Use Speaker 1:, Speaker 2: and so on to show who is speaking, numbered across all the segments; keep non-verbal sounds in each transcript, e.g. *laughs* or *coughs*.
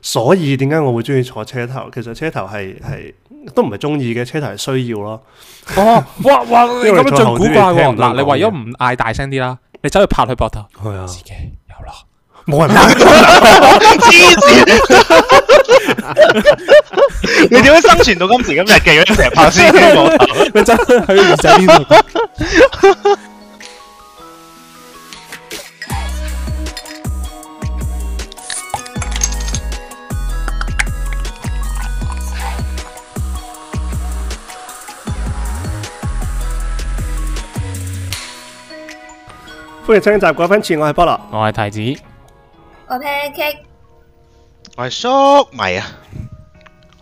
Speaker 1: 所以點解我會中意坐車頭？其實車頭係係都唔係中意嘅，車頭係需要咯。
Speaker 2: 哦，哇哇，你
Speaker 1: 因為
Speaker 2: 咁樣
Speaker 1: 最
Speaker 2: 最
Speaker 1: 後
Speaker 2: 古
Speaker 1: 啲
Speaker 2: 怪
Speaker 1: 你聽
Speaker 2: 喎！
Speaker 1: 唔到
Speaker 2: 嗱，你
Speaker 1: 講
Speaker 2: 為咗
Speaker 1: 嘢
Speaker 2: 唔嗌大聲啲啦，你走去拍佢膊頭，
Speaker 1: 係啊，
Speaker 2: 自己有咯。
Speaker 1: 冇人拍
Speaker 3: *laughs* 黐線！你點樣生存到今時今日嘅？成日拍先
Speaker 1: *laughs*
Speaker 3: 冇頭。
Speaker 2: 你走去耳仔邊度？
Speaker 1: 歡迎收聽習慣分次，我係菠蘿。
Speaker 2: 我係提子，
Speaker 4: 我 pancake
Speaker 3: *laughs* 我係粟米啊！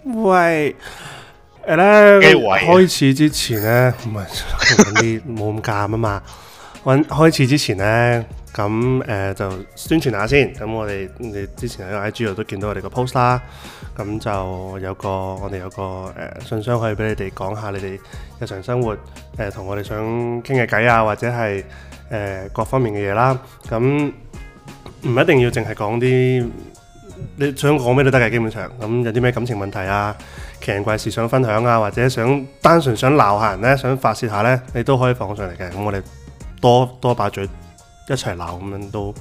Speaker 1: 喂，誒咧，
Speaker 3: 機位啊
Speaker 1: 開始之前咧，唔係 *laughs* 揾啲冇咁尷啊嘛。揾開始之前咧，咁誒、呃就宣傳下先。咁我哋你之前喺 IG 度都見到我哋個 post 啦。咁就有個我哋有個誒、呃信箱可以俾你哋講下你哋日常生活誒同、我哋想傾嘅偈啊，或者係誒、呃各方面嘅嘢啦。咁唔一定要淨係講啲。你想講咩都得嘅，基本上咁有啲咩感情問題啊、奇人怪事想分享啊，或者想單純想鬧下人咧，想發泄下咧，你都可以放上嚟嘅。咁我哋多多把嘴一齊鬧咁樣都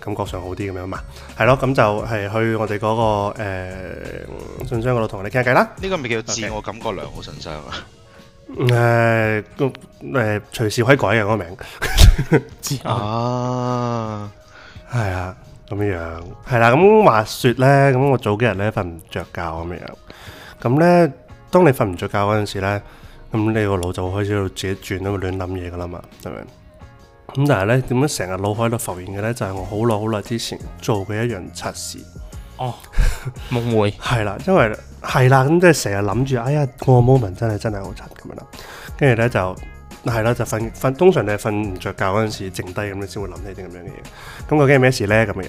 Speaker 1: 感覺上好啲咁樣嘛。係咯，咁就係去我哋嗰、個、呃、信箱嗰度同我哋傾下偈啦。
Speaker 3: 呢個咪叫自我感覺良好信 *laughs* 箱啊！
Speaker 1: 誒、個誒、隨時可以改嘅嗰、個名。
Speaker 3: 啊，
Speaker 1: 係啊，咁樣樣係啦。咁話説咧，咁我早幾日咧瞓唔着覺咁樣，咁咧當你瞓唔着覺嗰陣時咧，咁你個腦就開始喺度自己轉喺度亂諗嘢噶啦嘛，係咪？咁但係咧，點解成日腦海度浮現嘅咧，就係、我好耐好耐之前做嘅一樣測試。
Speaker 2: 哦，夢回
Speaker 1: 係啦，因為係啦，咁即係成日諗住，哎呀，個 moment 真係真係好柒咁樣啦。跟住咧就係啦，就瞓瞓，通常你係瞓唔着覺嗰陣時，靜低咁你先會諗起啲咁樣嘅嘢。咁究竟係咩事咧？咁樣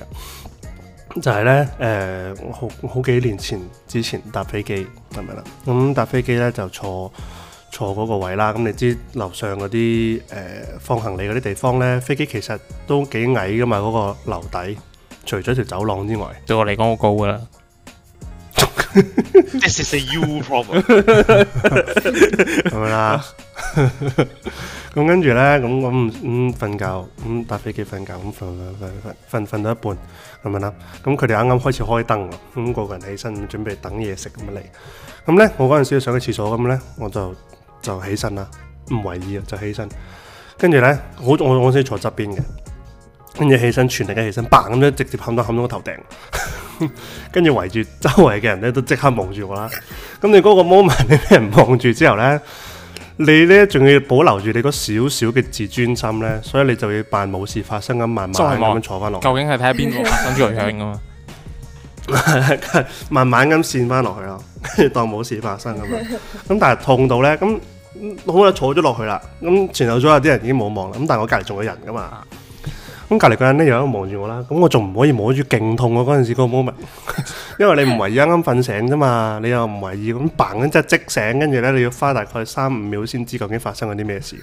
Speaker 1: 就係咧，誒、我好好幾年前之前搭飛機咁樣啦，咁搭飛機咧就坐。坐嗰個位啦，咁你知樓上嗰啲誒放行李嗰啲地方咧，飛機其實都幾矮噶嘛，嗰、個樓底，除咗條走廊之外，
Speaker 2: 對我嚟講好高噶啦，
Speaker 3: This is a you problem。
Speaker 1: 咁樣啦。咁跟住咧，咁咁咁瞓覺，咁搭飛機瞓覺，咁瞓瞓瞓瞓瞓到一半咁樣啦。咁佢哋啱啱開始開燈喎，咁個個人起身準備等嘢食咁樣嚟。咁咧，我嗰陣時上去廁所咁咧，我就就起身啦，唔為意啊，就起身。跟住咧，好我我先坐側邊嘅，跟住起身全力嘅起身，嘭咁樣直接冚到冚到個頭頂。 *laughs* 跟住圍住周圍嘅人咧，都即刻望住我啦。咁你嗰個 moment 你俾人望住之後咧，你咧仲要保留住你嗰少少嘅自尊心咧，所以你就要扮冇事發生咁，慢慢
Speaker 2: 再
Speaker 1: 咁
Speaker 2: 望
Speaker 1: 樣坐翻落去，
Speaker 2: 究竟係睇下邊個發生咗影噶 *laughs* 嘛？
Speaker 1: 慢慢咁扇翻落去咯， *laughs* 跟住當冇事發生咁樣。咁但係痛到咧，咁嗯好啦，坐咗落去啦。咁前後左右啲人已經冇望啦。咁但係我隔離仲有人噶嘛。咁隔離嗰人咧又喺度望住我啦。咁我仲唔可以摸住勁痛我嗰陣時嗰個 moment，因 *laughs* 為你唔為意啱啱瞓醒啫嘛，你又唔為意咁嘭一即即醒，跟住咧你要花大概三五秒先知究竟發生咗啲咩事。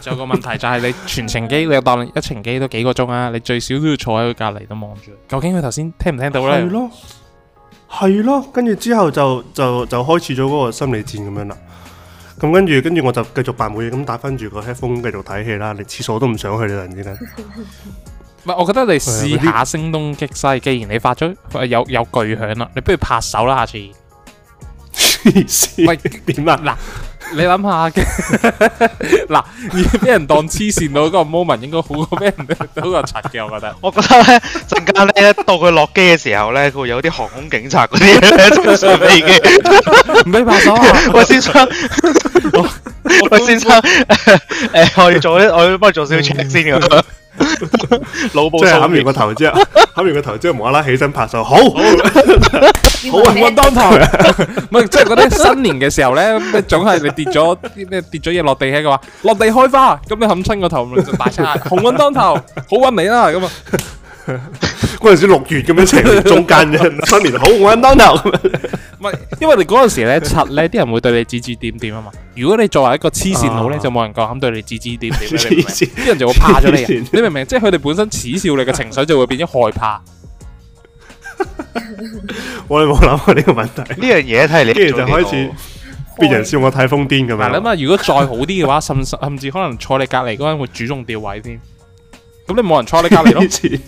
Speaker 2: 仲有個問題就係你全程機，你當一程機都幾個鐘啊，你最少都要坐喺佢隔離都望住佢，究竟佢頭先聽唔聽到
Speaker 1: 係
Speaker 2: 咧？
Speaker 1: 咯，係咯，跟住之後就就就開始咗嗰個心理戰咁樣啦。咁跟住跟住我就繼續扮冇嘢咁打翻住個 headphone 繼續睇戲啦，連廁所都唔想去啦，突然之間。
Speaker 2: 唔係，我覺得你
Speaker 1: 啊
Speaker 2: 試下聲東擊西，既然你發咗有有巨響啦，你不如拍手啦，下次。
Speaker 1: 黐線
Speaker 2: *laughs* 喂
Speaker 1: 點啊？
Speaker 2: 嗱，你諗下 *laughs* 嘅嗱，而俾人當黐線佬嗰個 moment 應該好過俾人 *laughs* 嗰個柒嘅，我覺得。
Speaker 3: *laughs* 我覺得咧，陣間咧到佢落機嘅時候咧，佢會有啲航空警察嗰啲咧衝上飛 *laughs* 機。
Speaker 2: 唔俾拍手啊！ *laughs*
Speaker 3: 喂，先生， *laughs* 喂，先生，誒，我要做啲，我要幫你做少少 check *laughs* 先咁樣。腦
Speaker 1: 即
Speaker 3: 部
Speaker 1: 係
Speaker 3: 掃
Speaker 1: 冚完
Speaker 3: 描
Speaker 1: 個頭
Speaker 2: *laughs*
Speaker 1: 之後，冚完個頭之後無啦啦起身拍手，好
Speaker 4: 好
Speaker 2: 好運當頭，唔係即係嗰啲新年嘅時候咧，咩總係你跌咗啲咩跌咗嘢落地嘅話，落地開花，咁你冚親個頭咪就大 *laughs* 聲嗌紅運當頭，好運嚟啦咁啊！
Speaker 1: 嗰陣時六月咁樣成中間嘅新年好我當頭咁
Speaker 2: *laughs*
Speaker 1: 樣。
Speaker 2: 唔係，因為你嗰陣時咧柒咧，啲人會對你指指點點啊嘛。如果你作為一個黐線佬咧，
Speaker 1: 啊
Speaker 2: 就冇人夠膽對你指指點點咧，
Speaker 1: 黐
Speaker 2: 你明唔明
Speaker 1: 線
Speaker 2: 啲人就會怕咗你
Speaker 1: 黐
Speaker 2: 啊
Speaker 1: 線。
Speaker 2: 你明唔明？即係佢哋本身恥笑你嘅情緒就會變咗害怕。
Speaker 1: 我哋冇諗過呢個問題，
Speaker 3: *laughs* 呢樣嘢睇嚟你
Speaker 1: 跟住就開始別人笑我太瘋癲咁
Speaker 2: 嗱，你諗
Speaker 1: 樣。
Speaker 2: 下，如果再好啲嘅話，甚甚至可能坐你隔離嗰個人會主動調位添。咁你冇人坐你隔 *laughs* 離咯
Speaker 1: 黐，線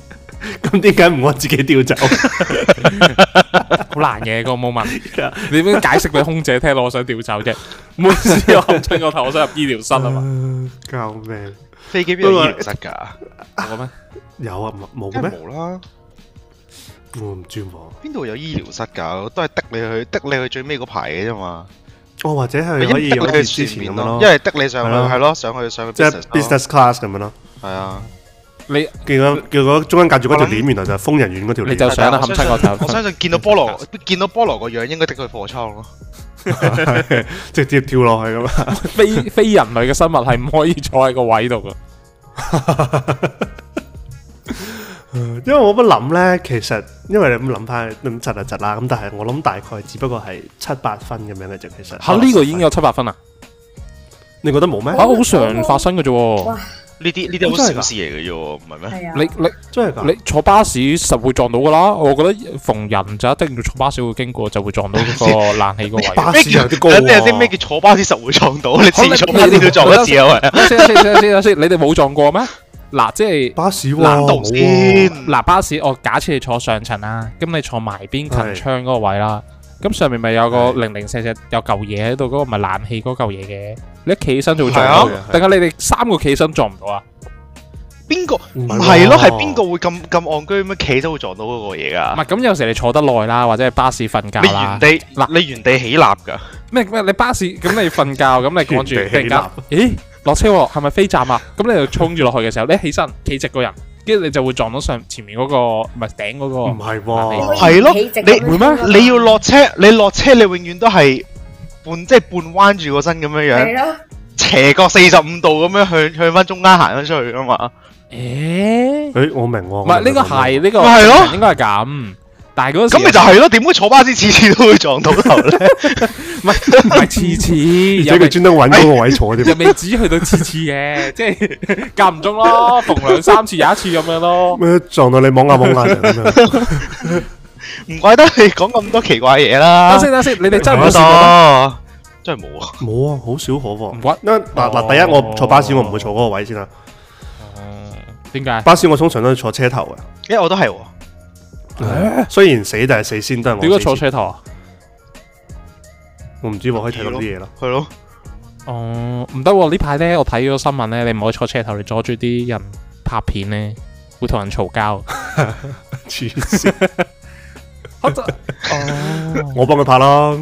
Speaker 1: 咁點解唔我自己調走？
Speaker 2: 好難嘅個 moment。你點解釋俾空姐聽我想調走啫？每次我冚親個頭，我想入醫療室啊嘛，
Speaker 3: 嗯
Speaker 1: 救命！
Speaker 3: 飛機邊度醫療室㗎？
Speaker 2: 好咩？
Speaker 1: 有啊，冇冇
Speaker 3: 梗
Speaker 1: 嘅
Speaker 3: 係
Speaker 1: 咩？
Speaker 3: 冇啦，
Speaker 1: 我唔知喎。
Speaker 3: 邊度有醫療室㗎？都係得你去，得你去最尾嗰排嘅啫嘛。
Speaker 1: 哦，或者係可以
Speaker 3: 因為
Speaker 1: 好
Speaker 3: 得
Speaker 1: 似之
Speaker 3: 你去前
Speaker 1: 前咁樣
Speaker 3: 面
Speaker 1: 咯
Speaker 3: 咯，因，為得你上
Speaker 1: 係咯
Speaker 3: 去係咯，上去上去
Speaker 1: 即係
Speaker 3: business 咯
Speaker 1: Dạ, business class 咁樣咯。
Speaker 3: 係啊。
Speaker 2: 你
Speaker 1: 見到
Speaker 3: 嗯
Speaker 1: 見到中間隔住嗰條
Speaker 3: 我諗
Speaker 1: 鏈，原來就係瘋人院嗰條鏈。*laughs*
Speaker 2: 你就想啦，冚親個頭。
Speaker 3: 我相信見到菠蘿，見到菠蘿個樣應該的佢貨倉咯。
Speaker 1: 直接跳落去咁啊！
Speaker 2: 非非人類嘅生物係唔可以坐喺個位度噶。
Speaker 3: 嗯
Speaker 1: 因為我咁諗呢，其實因為你咁諗翻，咁窒就窒啦。咁但係我諗大概只不過係七八分咁樣嘅啫。其實
Speaker 2: 嚇，呢個已經有七八分啦，
Speaker 1: 你覺得冇咩
Speaker 2: 嚇？好常發生嘅啫喎。
Speaker 3: 呢啲呢啲好
Speaker 1: 真係㗎
Speaker 3: 小事嚟嘅啫喎，唔係咩？
Speaker 4: 係啊，
Speaker 2: 你你
Speaker 1: 真係㗎？
Speaker 2: 你坐巴士實會撞到噶啦，我覺得逢人就一定要坐巴士會經過就會撞到嗰個冷氣個位。
Speaker 1: 巴
Speaker 3: 咩
Speaker 1: 士有
Speaker 3: 叫
Speaker 1: 啲高
Speaker 3: 咩叫咩
Speaker 1: 喎，
Speaker 3: 叫坐巴士實會撞到？你
Speaker 2: 可能
Speaker 3: 自坐巴士都撞一次啊！喂，
Speaker 2: 先先先先先，你哋冇撞過咩？嗱，即係
Speaker 1: 巴士喎，
Speaker 2: 難
Speaker 1: 冇
Speaker 3: 度
Speaker 1: 喎
Speaker 3: 先。
Speaker 2: 嗱巴士，我假設你坐上層啦，咁你坐埋邊
Speaker 1: 係
Speaker 2: 近窗嗰個位啦，咁上面咪有個零零四四有嚿嘢喺度，嗰個咪冷氣嗰嚿嘢嘅，你一企起身就會撞到
Speaker 1: 係啊係啊。
Speaker 2: 定係你哋三個企起身撞唔到啊？
Speaker 3: 邊個
Speaker 1: 唔
Speaker 3: 唔
Speaker 1: 係
Speaker 3: 係
Speaker 1: 喎
Speaker 3: 咯？係邊個會咁咁戇居咁樣企都會撞到嗰個嘢
Speaker 2: 唔係
Speaker 3: 㗎？
Speaker 2: 咁有時你坐得耐啦，或者係巴士瞓覺
Speaker 3: 你
Speaker 2: 啦
Speaker 3: 原。地
Speaker 2: 嗱
Speaker 3: 你原地起立㗎，
Speaker 2: 咩咩？你巴士咁你瞓覺咁你趕住，
Speaker 1: 原地
Speaker 2: 突然間，咦落車喎，係咪飛站啊？咁你就衝住落去嘅時候，你一起身企直個人，跟住你就會撞到上前面嗰個唔係頂嗰
Speaker 1: 唔
Speaker 2: 個。
Speaker 1: 係
Speaker 2: 係
Speaker 1: 喎，
Speaker 3: 係咯你
Speaker 2: 會咩
Speaker 3: 你要落車，你落車你永遠都係半即係半彎住個身咁樣樣，
Speaker 4: 係咯，
Speaker 3: 斜角四十五度咁樣向向翻中間行翻出去㗎嘛。
Speaker 2: 誒，
Speaker 1: 誒我哦明喎，
Speaker 2: 唔係呢個係呢個
Speaker 3: 咪係咯
Speaker 2: 應該係咁，但係嗰時
Speaker 3: 咁咪就係咯？點解坐巴士次次都會撞到頭咧？
Speaker 2: 唔係唔係次
Speaker 3: *laughs*
Speaker 2: 次，
Speaker 1: 而
Speaker 2: 又
Speaker 1: 且佢
Speaker 2: 未
Speaker 1: 專登揾嗰個位坐
Speaker 2: 又
Speaker 1: 添。
Speaker 2: 未止去到次次
Speaker 3: *laughs*
Speaker 2: 嘅，即係間唔中咯，逢兩三次有一次咁樣
Speaker 1: *laughs*
Speaker 2: 咯。
Speaker 1: 咩撞到你懵下懵
Speaker 2: *laughs*
Speaker 1: 下就咁樣，
Speaker 3: 唔怪得你講咁多奇怪嘢啦
Speaker 2: 等。先等先，你哋真係冇
Speaker 3: 好
Speaker 2: 試過咩？
Speaker 3: 多，真係冇啊！
Speaker 1: 冇啊，好少可喎哦
Speaker 2: 唔。關
Speaker 1: 因為嗱嗱，第一我坐巴士我唔會坐嗰個位先啦，
Speaker 2: 點解？
Speaker 1: 巴士我通常都係坐車頭
Speaker 3: 因為我都係喎，啊
Speaker 1: 嘅，雖然死但係死先都係我。
Speaker 2: 啊點解坐？車頭啊？
Speaker 1: 我唔知喎，可以睇到啲嘢咯。
Speaker 3: 係咯，
Speaker 2: 哦，唔得喎！呢排咧，我睇咗新聞咧，你唔可以坐車頭，你阻住啲人拍片咧，會同人嘈交。
Speaker 1: 黐線，
Speaker 2: *laughs* 哦，
Speaker 1: 我幫佢拍啦。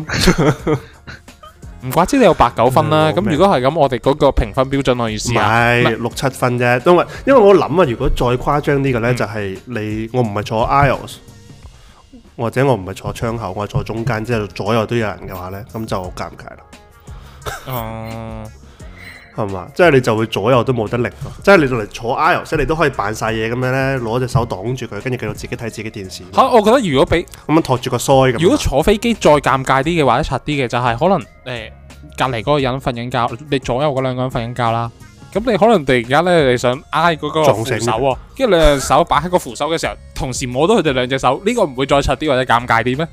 Speaker 2: 唔怪之你有八九分啦。
Speaker 1: 嗯我
Speaker 2: 咁
Speaker 1: 明
Speaker 2: 如果係咁，我哋嗰個評分標準可以試下。
Speaker 1: 唔係六七分啫，因為因為我諗啊，如果再誇張啲嘅咧，
Speaker 2: 嗯
Speaker 1: 就係你我唔係坐 aisles，或者我唔係坐窗口，我係坐中間，之後左右都有人嘅話咧，咁就好尷尬啦，
Speaker 2: 哦，
Speaker 1: 係嘛？即係你就會左右都冇得力咯，即係你嚟坐 aisles，即係你都可以扮晒嘢咁樣咧，攞隻手擋住佢，跟住繼續自己睇自己電視，
Speaker 2: 嚇！
Speaker 1: 咁
Speaker 2: 我覺得如果俾
Speaker 1: 樣托住個腮咁。
Speaker 2: 如果坐飛機再尷尬啲嘅或者柒啲嘅，就係可能誒隔離嗰個人瞓緊覺，你左右嗰兩個人瞓緊覺啦。咁你可能突然間咧，你想挨嗰個扶
Speaker 1: 撞
Speaker 2: 手
Speaker 1: 醒
Speaker 2: 喎，跟住兩隻手擺喺個扶手嘅時候，同時摸到佢哋兩隻手，呢個唔會再柒啲或者尷尬
Speaker 1: *laughs*
Speaker 2: 啲咩？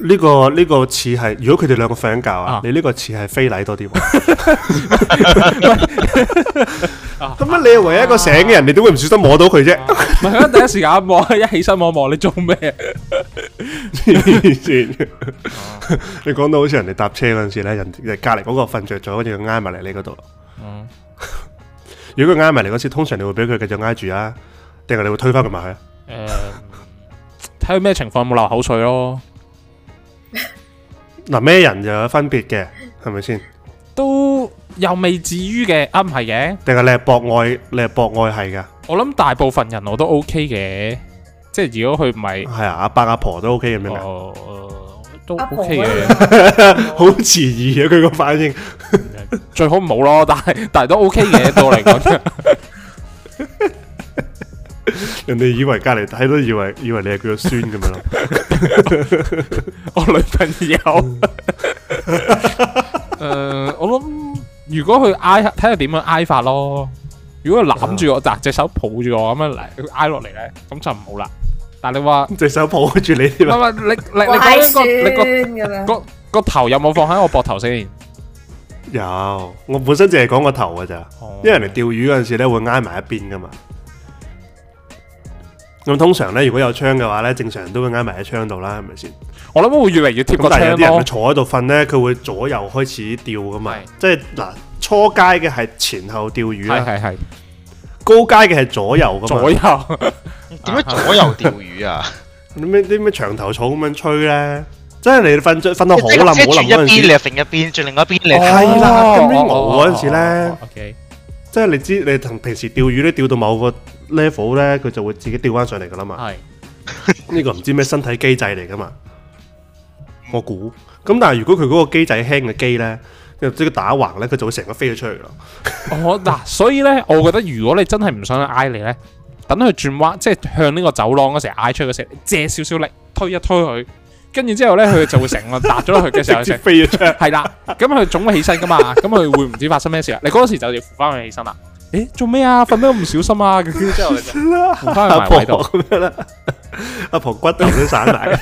Speaker 1: 呢個呢個似係，如果佢哋兩個瞓緊覺啊
Speaker 2: 啊，
Speaker 1: 你呢個似係非禮多
Speaker 2: *laughs*
Speaker 1: 啲喎。 *laughs*
Speaker 2: 啊
Speaker 1: 咁啊，你係唯一一個醒嘅人，你點會唔小心摸到佢啫？
Speaker 2: 唔係，佢第一時間望，一起身望望你做咩？
Speaker 1: 黐線！你講到好似人哋搭車嗰陣時咧，人人隔離嗰個瞓着咗，跟住佢挨埋嚟你嗰度。
Speaker 2: 嗯，
Speaker 1: 如果佢挨埋嚟嗰時，通常你會俾佢繼續挨住啊，定係你會推翻佢埋去啊？
Speaker 2: 誒，睇佢咩情況有冇流口水咯，
Speaker 1: 嗱，咩人就有分別嘅，係咪先？
Speaker 2: 都又未至於嘅。啊，唔係嘅，
Speaker 1: 定係你係博愛，你係博愛係噶，
Speaker 2: 我諗大部分人我都 OK 嘅，即係如果佢唔係，
Speaker 1: 係啊，阿伯阿婆都 OK 咁樣㗎
Speaker 2: 哦，都
Speaker 4: 阿婆
Speaker 2: OK 嘅。
Speaker 1: 好遲疑啊！佢個反應，
Speaker 2: 最好唔好咯，但係但係都 OK 嘅，對我嚟講，
Speaker 1: 人哋以為隔離睇都以為以為你係佢個孫咁樣咯。
Speaker 2: *laughs* 我女朋友。誒、我諗如果佢挨，睇下點樣挨法咯。如果佢攬住我，嗱隻手抱住我咁樣嚟，佢挨落嚟咧，咁就唔好啦。但係你話
Speaker 1: 隻手抱住你
Speaker 2: 唔
Speaker 1: 添啊！
Speaker 2: 係唔係你你你
Speaker 4: 怪
Speaker 2: 講緊個
Speaker 4: 酸
Speaker 2: 你個
Speaker 4: 咁樣。
Speaker 2: 個個頭有冇放喺我膊頭先？
Speaker 1: 有，我本身淨係講個頭㗎咋，因為人哋釣魚嗰陣時咧會挨埋一邊噶嘛。咁通常咧，如果有窗嘅話咧，正常人都會挨埋喺窗度啦，係咪先？
Speaker 2: 我諗會越嚟越貼
Speaker 1: 咁
Speaker 2: 個
Speaker 1: 但係有
Speaker 2: 窗
Speaker 1: 啲人
Speaker 2: 咯
Speaker 1: 佢。坐喺度瞓咧，佢會左右開始釣噶嘛
Speaker 2: 係。
Speaker 1: 即係嗱，初階嘅係前後釣魚
Speaker 2: 係
Speaker 1: 啦，
Speaker 2: 係係
Speaker 1: 高階嘅係左右噶嘛。
Speaker 2: 左右。
Speaker 3: 點樣左右釣魚啊？
Speaker 1: 啲咩啲咩長頭草咁樣吹咧，即係你瞓着瞓到好冧好
Speaker 3: *laughs* 即係轉
Speaker 1: 冧嗰陣
Speaker 3: 一邊你
Speaker 1: 時，
Speaker 3: 又揈一邊，轉另外一邊你又揈。
Speaker 1: 係啦
Speaker 2: 哦
Speaker 1: 咁樣熬嗰陣時咧
Speaker 2: 哦哦哦哦，OK，
Speaker 1: 即係你知你同平時釣魚咧釣到某個 level 咧，佢就會自己釣翻上嚟噶啦嘛。
Speaker 2: 係
Speaker 1: 呢個唔知咩身體機制嚟噶嘛，我估。咁但係如果佢嗰個機制輕嘅機咧，即係打橫咧，佢就會成個飛咗出去咯。
Speaker 3: *laughs*
Speaker 2: 我嗱，所以咧，我覺得如果你真係唔想佢挨你咧，等佢轉彎，即係向呢個走廊嗰時挨出去嗰時，借少少力推一推佢，跟住之後咧，佢就會成個搭咗落去嘅時候
Speaker 1: 直接。
Speaker 2: 就
Speaker 1: 飛咗出去。
Speaker 2: 係啦，咁佢總會起身噶嘛，咁佢會唔知發生咩事啦。你嗰時就要扶翻佢起
Speaker 3: *laughs*
Speaker 2: 身啦。誒，做咩啊？瞓得唔小心啊！跟住之後你就扶翻佢
Speaker 1: 阿
Speaker 2: *laughs* 埋
Speaker 1: 婆
Speaker 3: *laughs*
Speaker 2: 位度。
Speaker 1: 咁樣啦， *laughs* 阿婆骨頭都散埋。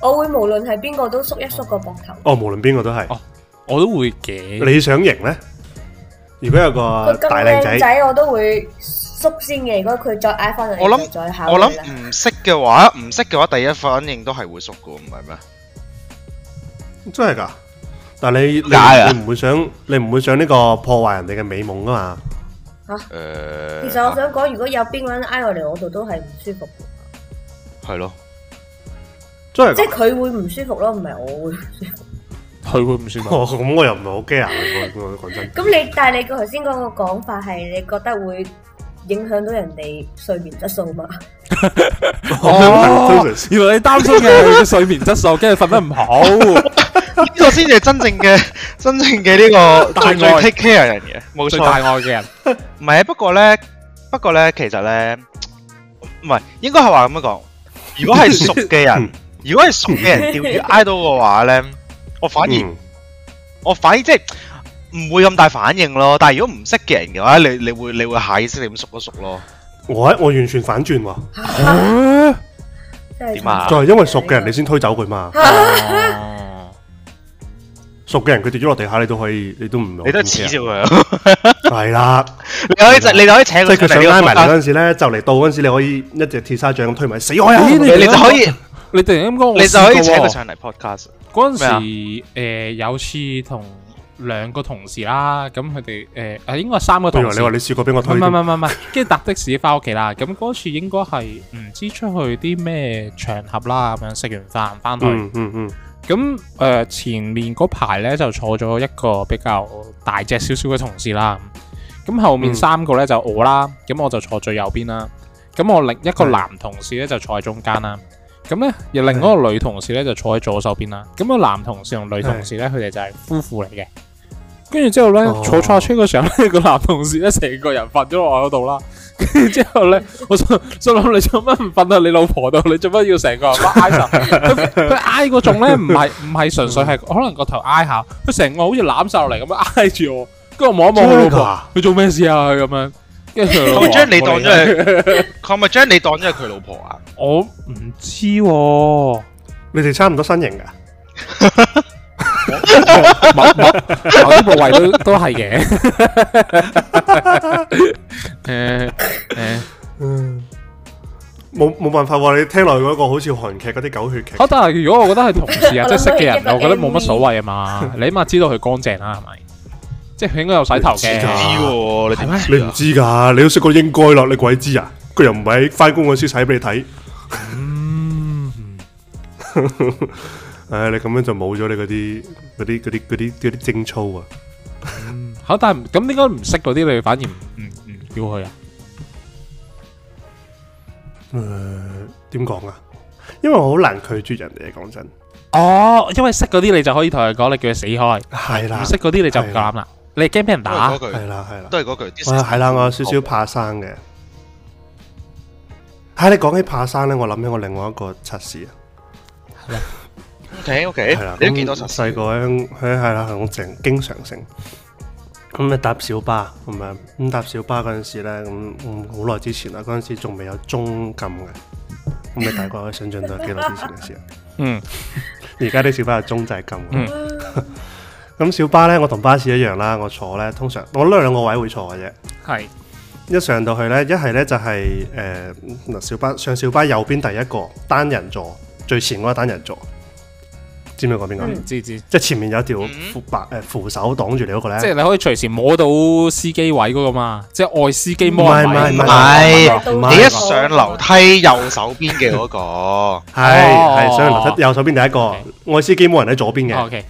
Speaker 4: 我會無論係邊個都縮一縮個膊頭，
Speaker 1: 哦，無論邊個都係
Speaker 2: 哦。我都會
Speaker 3: *laughs*
Speaker 2: 嘅，
Speaker 1: 你想贏咧？如果有個
Speaker 4: 佢咁
Speaker 1: 大靚
Speaker 4: 靚
Speaker 1: 仔，
Speaker 4: 仔我都會縮先嘅。如果佢再挨翻嚟，
Speaker 3: 我諗
Speaker 4: 就再考
Speaker 3: 我
Speaker 4: 慮啦。
Speaker 3: 諗唔識嘅話，唔識嘅話，第一反應都係會縮嘅，唔係咩？
Speaker 1: 真係㗎。但係你
Speaker 3: 解啊
Speaker 1: 你你唔會想你唔會想呢個破壞人哋嘅美夢㗎嘛？
Speaker 4: 其
Speaker 3: 誒，
Speaker 4: 實我想講，如果有邊個人挨落嚟，我度都係唔舒服嘅，
Speaker 3: 係咯，
Speaker 1: 真係
Speaker 4: 即
Speaker 1: 㗎
Speaker 4: 係。佢會唔舒服咯，唔係我會。
Speaker 2: 佢會唔舒服。
Speaker 1: *laughs* 哦，咁我又唔係好 care 喎我我講真。
Speaker 4: 咁你但係你頭先嗰個講法係，你覺得會影響到人哋睡眠質素嘛？
Speaker 1: *laughs*
Speaker 2: 哦，原來你擔心嘅係佢嘅睡眠質素，跟住瞓得
Speaker 3: *laughs*
Speaker 2: 唔好。
Speaker 3: 呢個先至係真正嘅 *laughs* 真正嘅呢個
Speaker 2: 大愛
Speaker 3: 最最 take care 人嘅，冇
Speaker 2: 最大
Speaker 3: 錯。
Speaker 2: 愛嘅人，
Speaker 3: 唔係，不過咧，不過咧，其實咧，唔係應該係話咁樣講。如果係熟嘅人，如果係熟嘅人釣
Speaker 1: *laughs*
Speaker 3: 魚挨到嘅話咧，我反而
Speaker 1: 嗯
Speaker 3: 我反而即係唔會咁大反應咯。但係如果唔識嘅人嘅話，你你會你會下意識咁縮一縮咯。
Speaker 1: 我我完全反轉喎，
Speaker 4: 真係
Speaker 3: 點啊
Speaker 1: 就係因為熟嘅人你先推走佢嘛。
Speaker 2: 哦
Speaker 1: 熟嘅人佢跌咗落地下，你都可以，你都唔
Speaker 3: 你都恥笑佢咯，
Speaker 1: 係啦，
Speaker 3: 你可以就你就可以請
Speaker 1: 即係
Speaker 3: 佢
Speaker 1: 佢
Speaker 3: 上
Speaker 1: 想
Speaker 3: 嚟
Speaker 1: 拉埋你
Speaker 3: 呢個
Speaker 1: 嗰陣時咧，就嚟到嗰陣時，你可以一隻鐵砂掌咁推埋，死開啊！
Speaker 2: 咦你
Speaker 3: 你就可以
Speaker 2: 你突然間咁講，我
Speaker 3: 你就可以請
Speaker 2: 試過
Speaker 3: 佢
Speaker 2: 喎
Speaker 3: 上嚟 podcast。
Speaker 1: 啊
Speaker 2: 嗰陣時，誒有次同兩個同事啦，咁佢哋誒誒應該係三個
Speaker 1: 我以為
Speaker 2: 同
Speaker 1: 你
Speaker 2: 事
Speaker 1: 話。你試過俾我
Speaker 2: 唔
Speaker 1: 推
Speaker 2: 係唔
Speaker 1: 添，
Speaker 2: 係唔係唔係，跟住搭的士翻屋企啦。咁嗰次應該係唔知出去啲咩場合啦，咁樣食完飯翻去。
Speaker 1: 嗯嗯嗯，
Speaker 2: 咁誒、呃前面嗰排咧就坐咗一個比較大隻少少嘅同事啦，咁後面
Speaker 1: 嗯
Speaker 2: 三個咧就我啦，咁我就坐最右邊啦，咁我另一個
Speaker 1: 係
Speaker 2: 男同事咧就坐喺中間啦，咁咧又另一個女同事咧就坐喺左手邊啦，咁個男同事同女同事咧佢哋就係夫婦嚟嘅，跟住之後咧、
Speaker 1: 哦
Speaker 2: 坐坐下車嘅時候咧個男同事咧成個人瞓咗落我嗰度啦，跟住之後咧我心心諗你做乜唔瞓啊喺你老婆度？你做乜要成個人啊屈挨晒？佢佢挨嗰種咧，唔係唔係純粹係可能個頭挨下，佢成個好似攬晒落嚟咁樣挨住我，跟住我望一望佢老
Speaker 1: 真
Speaker 2: 婆，
Speaker 1: 噶，
Speaker 2: 佢做咩事啊？佢咁樣，跟住佢老婆
Speaker 3: 佢咪將你
Speaker 2: 冇
Speaker 3: 當咗
Speaker 2: 理
Speaker 3: 係，佢係咪將你當咗係佢老婆啊？
Speaker 2: 我唔知喎，某 *laughs*
Speaker 1: 你哋差唔多身形噶，
Speaker 2: 某某啲部位都都係嘅，誒誒，
Speaker 1: 嗯冇冇辦法喎？你聽落去嗰個好似韓劇嗰啲狗血劇，
Speaker 2: 好，但係如果我覺得係同事啊，即
Speaker 4: 我
Speaker 2: 係識嘅
Speaker 4: 諗起一
Speaker 2: 人，
Speaker 4: 個
Speaker 2: 我覺得冇乜所謂啊嘛，你起碼知道佢乾淨啦，係咪？即係佢應該有洗頭
Speaker 1: 你知
Speaker 3: 知
Speaker 1: 㗎
Speaker 2: 嘅，
Speaker 3: 喎，你
Speaker 2: 係
Speaker 3: 點
Speaker 2: 咩？
Speaker 1: 你唔知㗎，你都識過應該啦，你鬼知啊？佢又唔係喺翻工嗰時洗俾你睇， *laughs*
Speaker 2: 嗯，
Speaker 1: 唉，你咁樣就冇咗你嗰啲嗰啲嗰啲嗰啲嗰啲精操啊！
Speaker 2: 好，但係咁點解唔識嗰啲你反而唔唔唔叫佢啊？
Speaker 1: 點講啊？因為我好難拒絕人哋，講真，
Speaker 2: 哦，因為識嗰啲你就可以同佢講，你叫佢死開；
Speaker 1: 係啦
Speaker 2: 唔，識嗰啲你就唔夠膽啦。你係驚俾人
Speaker 3: 都
Speaker 2: 打
Speaker 3: 係嗰，句
Speaker 1: 係啦，係啦。
Speaker 3: 都係嗰句。啲
Speaker 1: 我係啦，我有少少怕生嘅。喺你講起怕生咧，我諗起我另外一個測試啊，
Speaker 3: OK OK，
Speaker 1: 係啦，
Speaker 3: 你都幾多
Speaker 1: 咁
Speaker 3: 層？
Speaker 1: 細個咧，佢係啦，我成經常性。咁咪搭小巴咁樣，咁搭小巴嗰陣時咧，咁咁好耐之前啦，嗰陣時仲未有中禁嘅，咁你大概想像到係幾耐之前嘅事啊？
Speaker 2: 嗯
Speaker 1: 而家啲小巴係中制禁嘅。
Speaker 2: 嗯
Speaker 1: *laughs* 咁小巴呢，我同巴士一樣啦，我坐呢，通常我得兩個位會坐嘅啫。
Speaker 2: 係
Speaker 1: 一上到去呢，一係呢就係誒嗱小巴上小巴右邊第一個單人座，最前嗰個單人座，知唔知我講邊個？啊
Speaker 4: 嗯
Speaker 2: 知知，
Speaker 1: 即係前面有條
Speaker 3: 嗯
Speaker 1: 扶白誒扶手擋住你嗰個呢。
Speaker 2: 即係你可以隨時摸到司機位嗰個嘛，即係外司機摸人
Speaker 1: 唔係
Speaker 2: 位
Speaker 1: 唔
Speaker 3: 係唔
Speaker 2: 係
Speaker 4: 係
Speaker 1: 唔
Speaker 3: 你
Speaker 1: 係
Speaker 3: 一上樓梯右手邊嘅嗰個，
Speaker 1: 係
Speaker 2: 哦
Speaker 1: 係上樓梯右手邊第一個
Speaker 2: OK，
Speaker 1: 我司機冇人喺左邊嘅，
Speaker 2: O K，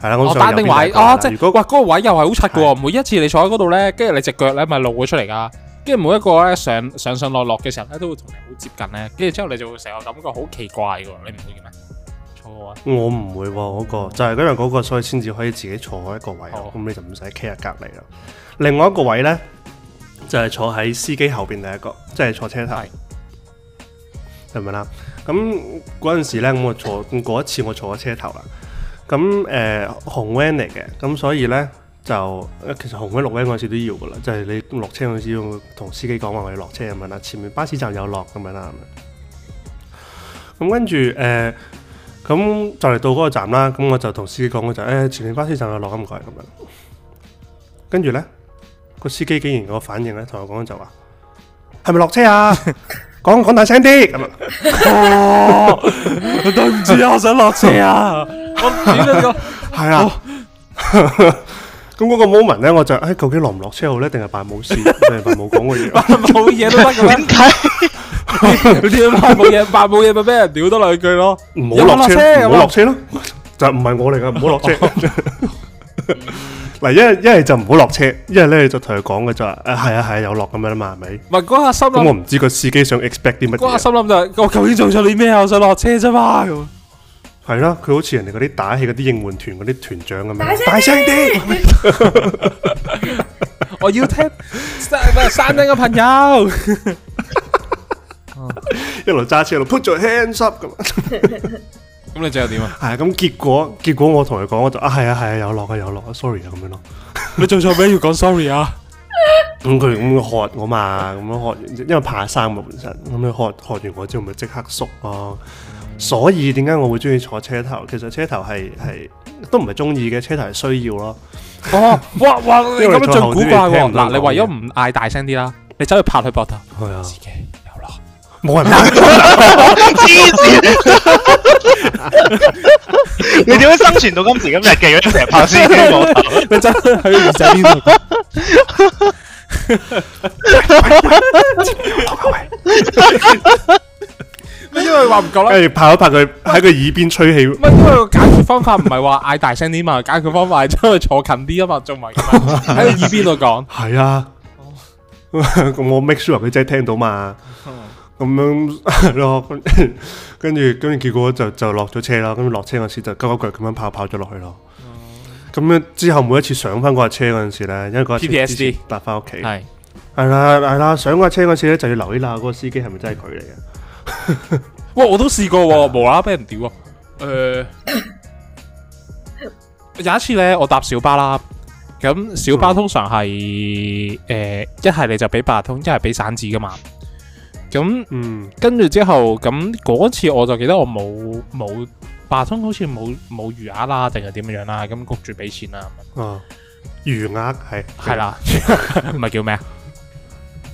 Speaker 1: 係啦，我
Speaker 2: 我
Speaker 1: 上
Speaker 2: 單
Speaker 1: 右邊
Speaker 2: 定
Speaker 1: 第
Speaker 2: 位
Speaker 1: 一個
Speaker 2: 哦，
Speaker 1: 啦
Speaker 2: 即係
Speaker 1: 如
Speaker 2: 哇
Speaker 1: 果
Speaker 2: 嗰個位又係好柒嘅喎，每一次你坐喺嗰度咧，跟住你只腳咧咪露咗出嚟噶，跟住每一個咧上上上落落嘅時候咧都會同你好接近咧，跟住之後你就會成個感覺好奇怪嘅喎，你唔會嘅咩？錯 *laughs* 啊！
Speaker 1: 我唔會喎嗰個，就係因為嗰個所以先至可以自己坐一個位咯
Speaker 2: 哦，
Speaker 1: 咁你就唔使企喺隔離啦。另外一個位呢，就係坐喺司機後邊第一個，即係坐車頭
Speaker 2: 係，
Speaker 1: 係咪啦？啊咁嗰陣時咧，咁我坐咁嗰一次我坐咗車頭啦。咁誒、呃、紅 van 嚟嘅，咁所以呢，就呃其實紅 van 綠 van 嗰陣時都要噶啦，就係、你落車嗰陣時要同司機講話我要落車咁樣啦，前面巴士站有落咁樣啦咁樣。咁跟住誒。呃咁就嚟到嗰個站啦，咁我就同司機講，我就誒、前面巴士站有落，唔該咁樣。跟住呢，個司機竟然個反應呢，同我講就話：係咪落車啊？講講大聲啲咁啊！
Speaker 2: 哦對唔住啊，我想落車啊！哦我唔知呢個
Speaker 1: 係啊。咁嗰個 moment 呢，我就誒、哎究竟落唔落車好呢？定係扮冇事，定係扮冇講嘅嘢？
Speaker 2: 冇嘢都得嘅咩？
Speaker 3: 點解
Speaker 2: 你點扮冇嘢？扮冇嘢咪俾人屌多兩句咯？
Speaker 1: 唔好落
Speaker 2: 有冇落車
Speaker 1: 車，唔好落車咯， *laughs* 就唔係我嚟噶，唔好落車。
Speaker 2: 哦
Speaker 1: *laughs* 嗱，一係一係就唔好落車，一係咧就同佢講嘅就話，啊係啊係啊有落咁樣啦嘛，係咪？
Speaker 2: 唔係嗰下心
Speaker 1: 咁我
Speaker 2: 諗，
Speaker 1: 唔知個司機想 expect 啲乜
Speaker 2: 嗰下
Speaker 1: 嘢，
Speaker 2: 心諗就係我究竟做咗你咩啊？我想落車啫嘛咁。
Speaker 1: 係啦，佢好似人哋嗰啲打氣嗰啲應援團嗰啲團長咁樣，
Speaker 4: 大
Speaker 1: 大聲啲， *laughs*
Speaker 2: 我要聽山山頂嘅朋友。
Speaker 1: 一路揸車一路 put your hands up 咁。
Speaker 2: 咁你最後點啊？
Speaker 1: 係咁，結果結果我同佢講，我就啊係啊係啊有落啊有落啊，sorry 啊咁樣咯。
Speaker 2: 你做錯咩要講 sorry à. 啊？
Speaker 1: 咁佢咁喝我嘛，咁樣喝完，因為怕生嘛本身，咁佢喝喝完我之後咪即刻縮咯。所以點解我會中意坐車頭？其實車頭係係都唔係中意嘅，車頭係需要咯。
Speaker 2: 哦，哇哇，你
Speaker 1: 因為
Speaker 2: 咁樣最
Speaker 1: 最後
Speaker 2: 古
Speaker 1: 啲
Speaker 2: 怪
Speaker 1: 嘢聽
Speaker 2: 喎！
Speaker 1: 唔到
Speaker 2: 嗱，你
Speaker 1: 講
Speaker 2: 為咗
Speaker 1: 嘢
Speaker 2: 唔嗌大聲啲啦，你走去拍佢膊頭，
Speaker 1: 係啊，
Speaker 2: 自己有啊落。
Speaker 1: 冇人拍
Speaker 3: 黐線？你點樣生存到今時今日嘅？如果你成日拍司機膊頭
Speaker 2: 你真係喺耳仔邊度？因為話唔夠啦，
Speaker 1: 跟哎住拍一拍佢喺佢耳邊吹氣，
Speaker 2: 唔係因為個解決方法唔係話嗌大聲啲嘛，解決方法係將佢坐近啲啊嘛，仲唔係咁啊喺個耳邊度講。
Speaker 1: 係啊。咁我 make sure 佢真係聽到嘛。
Speaker 2: 哦
Speaker 1: 咁樣 *laughs* 係咯，跟跟住跟住結果就就落咗車啦。跟住落車嗰時就急急腳咁樣跑跑咗落去咯。
Speaker 2: 哦
Speaker 1: 咁樣之後每一次上翻嗰架車嗰陣時咧，因為嗰架車
Speaker 2: PTSD
Speaker 1: 之前搭翻屋企，
Speaker 2: 係
Speaker 1: 係啦係啦，上嗰架車嗰時咧就要留意啦，嗰個司機係咪真係佢嚟嘅？
Speaker 2: 哇！我都試過喎，無啦啦俾人屌啊！誒、 *coughs* 有一次咧，我搭小巴啦，咁小巴通常係誒一係你就俾八達通，一係俾散紙噶嘛。咁
Speaker 1: 嗯，
Speaker 2: 跟住之後，咁嗰次我就記得我冇冇八達通，好似冇冇餘額啦，定係點樣啦？咁焗住俾錢啦，
Speaker 1: 啊，餘額係
Speaker 2: 係，啦， *laughs* 唔係叫咩啊？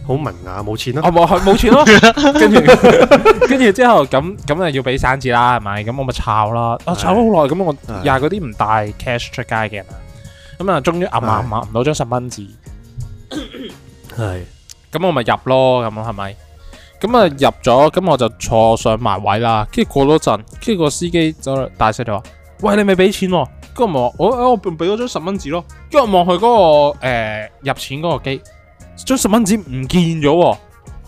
Speaker 1: 好文雅，冇錢啦。
Speaker 2: 哦我冇冇錢
Speaker 1: *laughs*
Speaker 2: 咯，跟住跟住之後咁咁啊要俾散紙啦，係咪？咁我咪抄啦，我
Speaker 1: 係
Speaker 2: 抄咗好耐，咁我
Speaker 1: 係
Speaker 2: 又係嗰啲唔帶 cash 出街嘅人啦，咁啊終於揞下揞
Speaker 1: 係
Speaker 2: 下揞到張十蚊紙，
Speaker 1: 係
Speaker 2: 咁我咪入咯，咁係咪？咁啊入咗，咁我就坐上埋位啦，跟住過咗陣，跟住個司機走嚟大聲就話：，喂，你未俾錢喎、跟住我望我我俾咗張十蚊紙咯，跟住我望佢嗰個、呃、入錢嗰個機，張十蚊紙唔見咗喎。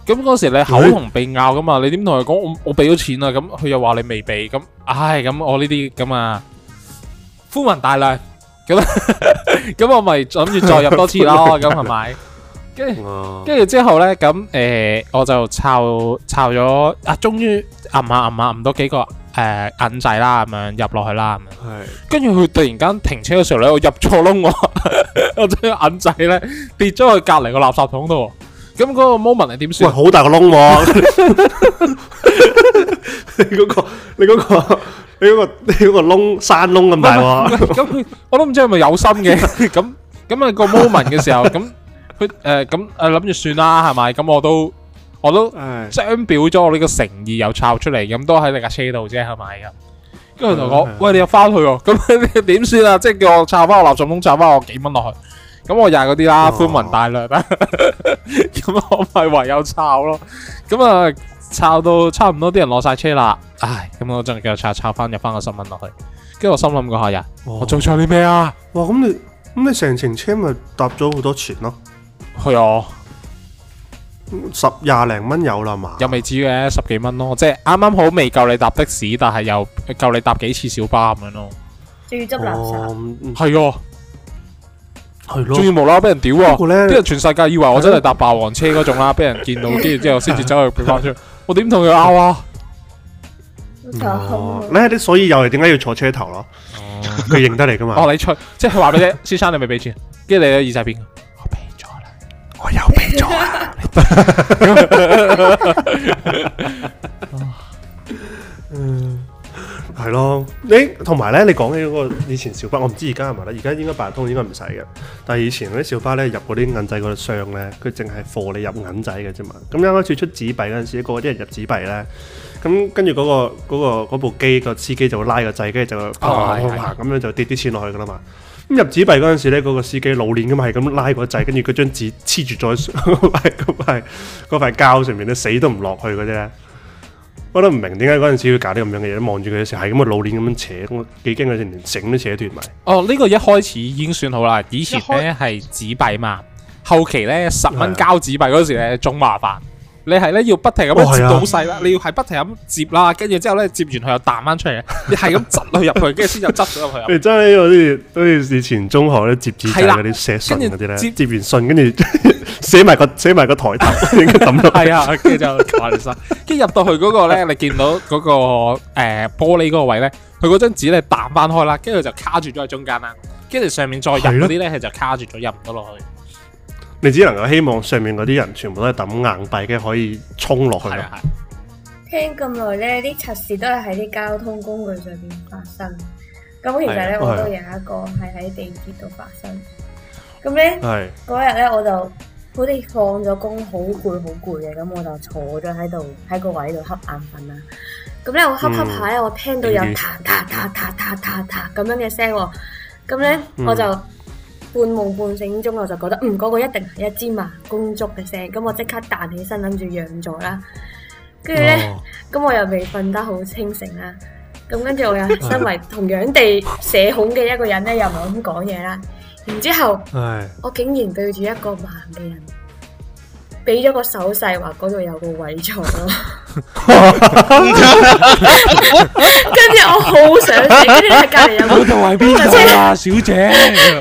Speaker 2: 咁嗰時你口同鼻拗噶嘛，你點同佢講我我俾咗錢啦？咁佢又話你未俾，咁唉咁我呢啲咁啊寬宏大量，咁咁我咪諗住再入多次咯，咁係咪？跟住
Speaker 1: 哦，
Speaker 2: 跟住之後咧，咁诶、呃我就抄抄咗啊，終於撳下撳下撳到幾個诶、呃、銀掣啦，咁樣入落去啦，咁樣。
Speaker 1: 係
Speaker 2: 跟住佢突然間停車嘅時候咧，我入錯窿喎， *laughs* 我將個銀仔咧跌咗去隔離個垃圾桶度喎。咁嗰個 moment 係點
Speaker 1: 喂，
Speaker 2: 算？啊
Speaker 1: 好大個窿喎！
Speaker 2: *laughs*
Speaker 1: 你嗰個，你嗰個，你嗰個，你嗰個窿山窿咁大喎！
Speaker 2: 咁佢我都唔知係咪有心嘅。咁咁啊個 moment 嘅時候，咁佢誒咁誒諗住算啦，係咪？咁我都我都
Speaker 1: 唉，
Speaker 2: 張表咗我呢個誠意又抄出嚟，咁都喺你架車度啫，係咪咁？跟住佢同
Speaker 1: 係啊
Speaker 2: 我講
Speaker 1: 係啊
Speaker 2: 喂，你入翻去喎， *laughs* 咁你點算啊？即係叫我抄翻我垃圾桶，抄翻我幾蚊落去。咁我又係嗰啲啦，
Speaker 1: 哦
Speaker 2: 寬宏大量啦。 *laughs* 咁我咪唯有抄咯。咁啊，抄到差唔多啲人落晒車啦。唉，咁我真係繼續抄，抄翻入翻個十蚊落去。跟住我心諗嗰下人，我
Speaker 1: 我
Speaker 2: 做錯啲咩啊？
Speaker 1: 哇，咁你咁你成程車咪搭咗好多錢咯，
Speaker 2: 係啊，
Speaker 1: 十廿零蚊有啦嘛？
Speaker 2: 又未至於嘅，十幾蚊咯，即係啱啱好未夠你搭的士，但係又夠你搭幾次小巴咁樣咯。
Speaker 4: 仲要執垃圾，
Speaker 1: 哦，嗯
Speaker 2: 係喎。
Speaker 1: 係
Speaker 2: 仲要
Speaker 1: 咯。
Speaker 2: 無啦啦俾人屌
Speaker 1: 不
Speaker 2: 喎！
Speaker 1: 過
Speaker 2: 啲
Speaker 1: 咧
Speaker 2: 人，全世界以為我真係搭霸王車嗰種啦，俾人見到，跟住之後先至走去俾翻 *laughs* 出去。我點同佢拗啊？
Speaker 4: 好慘
Speaker 1: 哦
Speaker 4: 啊
Speaker 1: 咧啲所以又係點解要坐車頭咯？佢認得你噶嘛？
Speaker 2: 哦哦，你吹，即係佢話俾你 *laughs* 聽，先生你未俾錢，跟住你嘅耳仔邊？我俾咗啦，我又俾咗啦。
Speaker 1: 嗯係咯，你同埋咧，你講起嗰個以前小巴，我唔知而家係咪啦，而家應該八達通應該唔使嘅。但係以前嗰啲小巴咧，入嗰啲銀仔嗰啲箱咧，佢淨係貨你入銀仔嘅啫嘛。咁啱開始出紙幣嗰陣時，個啲人入紙幣咧，咁跟住嗰個嗰、個嗰部機個司機就會拉個掣，跟住就
Speaker 2: 哦
Speaker 1: 啪
Speaker 2: 係係
Speaker 1: 啪咁樣就跌啲錢落去噶啦嘛。咁入紙幣嗰陣時咧，嗰、個司機老練咁係咁拉個掣，跟住嗰張紙黐住咗喺 *laughs* 嗰塊嗰塊膠上面咧，死都唔落去嗰啲咧。我都唔明點解嗰陣時要搞啲咁樣嘅嘢，望住佢嘅時候係咁嘅老練咁樣扯，我幾驚佢成條繩都扯斷埋。
Speaker 2: 哦，呢個一開始已經算好啦。以前
Speaker 3: 一
Speaker 2: 咧係紙幣嘛，後期咧十蚊
Speaker 1: 係
Speaker 2: 交紙幣嗰時咧仲麻煩。你係咧要不停咁
Speaker 1: 哦
Speaker 2: 樣接
Speaker 1: 係啊
Speaker 2: 到細啦，你要係不停咁接啦，跟住之後咧接完佢又彈翻出嚟，你係咁窒佢入去，跟住先就執咗入去啊入去。
Speaker 1: 你真係好似好似以前中學咧接紙仔
Speaker 2: 係啦
Speaker 1: 嗰啲寫信嗰啲
Speaker 2: 跟
Speaker 1: 咧，
Speaker 2: 住接
Speaker 1: 接完信跟住 *laughs* 寫埋個寫埋個抬頭， *laughs* 應該
Speaker 2: *laughs*
Speaker 1: 抌落去
Speaker 2: 系啊，跟住就話你晒，跟住入到去嗰個 *laughs* 咧，你見到嗰、個个呃玻璃嗰個位咧，佢嗰張紙咧彈翻開啦，跟住就卡住咗喺中間啦，跟住上面再入嗰啲咧，係就卡住咗入唔到落去。
Speaker 1: 你只能夠希望上面嗰啲人全部都係抌硬幣嘅，可以衝落去
Speaker 2: 係
Speaker 1: 咯。
Speaker 2: 啊
Speaker 4: 聽咁耐咧，啲測試都係喺啲交通工具上面發生。咁其實咧，
Speaker 1: 係
Speaker 4: 我都有一個係喺地鐵度發生。咁咧
Speaker 1: 係
Speaker 4: 嗰日咧，我就好似放咗工，好攰好攰嘅，咁我就坐咗喺度喺個位度瞌眼瞓啦。咁咧我瞌瞌下咧，我聽到有
Speaker 1: 嗯
Speaker 4: 嗒嗒嗒嗒嗒嗒嗒咁樣嘅聲喎。咁咧
Speaker 1: 嗯
Speaker 4: 我就半夢半醒中，我就覺得嗯嗰、個一定係一支麻公竹嘅聲，咁我即刻彈起身諗住讓座啦。跟住咧。
Speaker 1: 哦
Speaker 4: 咁我又未瞓得好清醒啦。咁跟住我又身為同樣地社恐嘅一個人咧，又唔係咁講嘢啦。然之後
Speaker 1: 係
Speaker 4: 我竟然對住一個盲嘅人，俾咗個手勢話嗰度有個位坐咯。跟住我好想死，跟住喺隔離有個
Speaker 2: 度係邊 *laughs* 啊，小姐？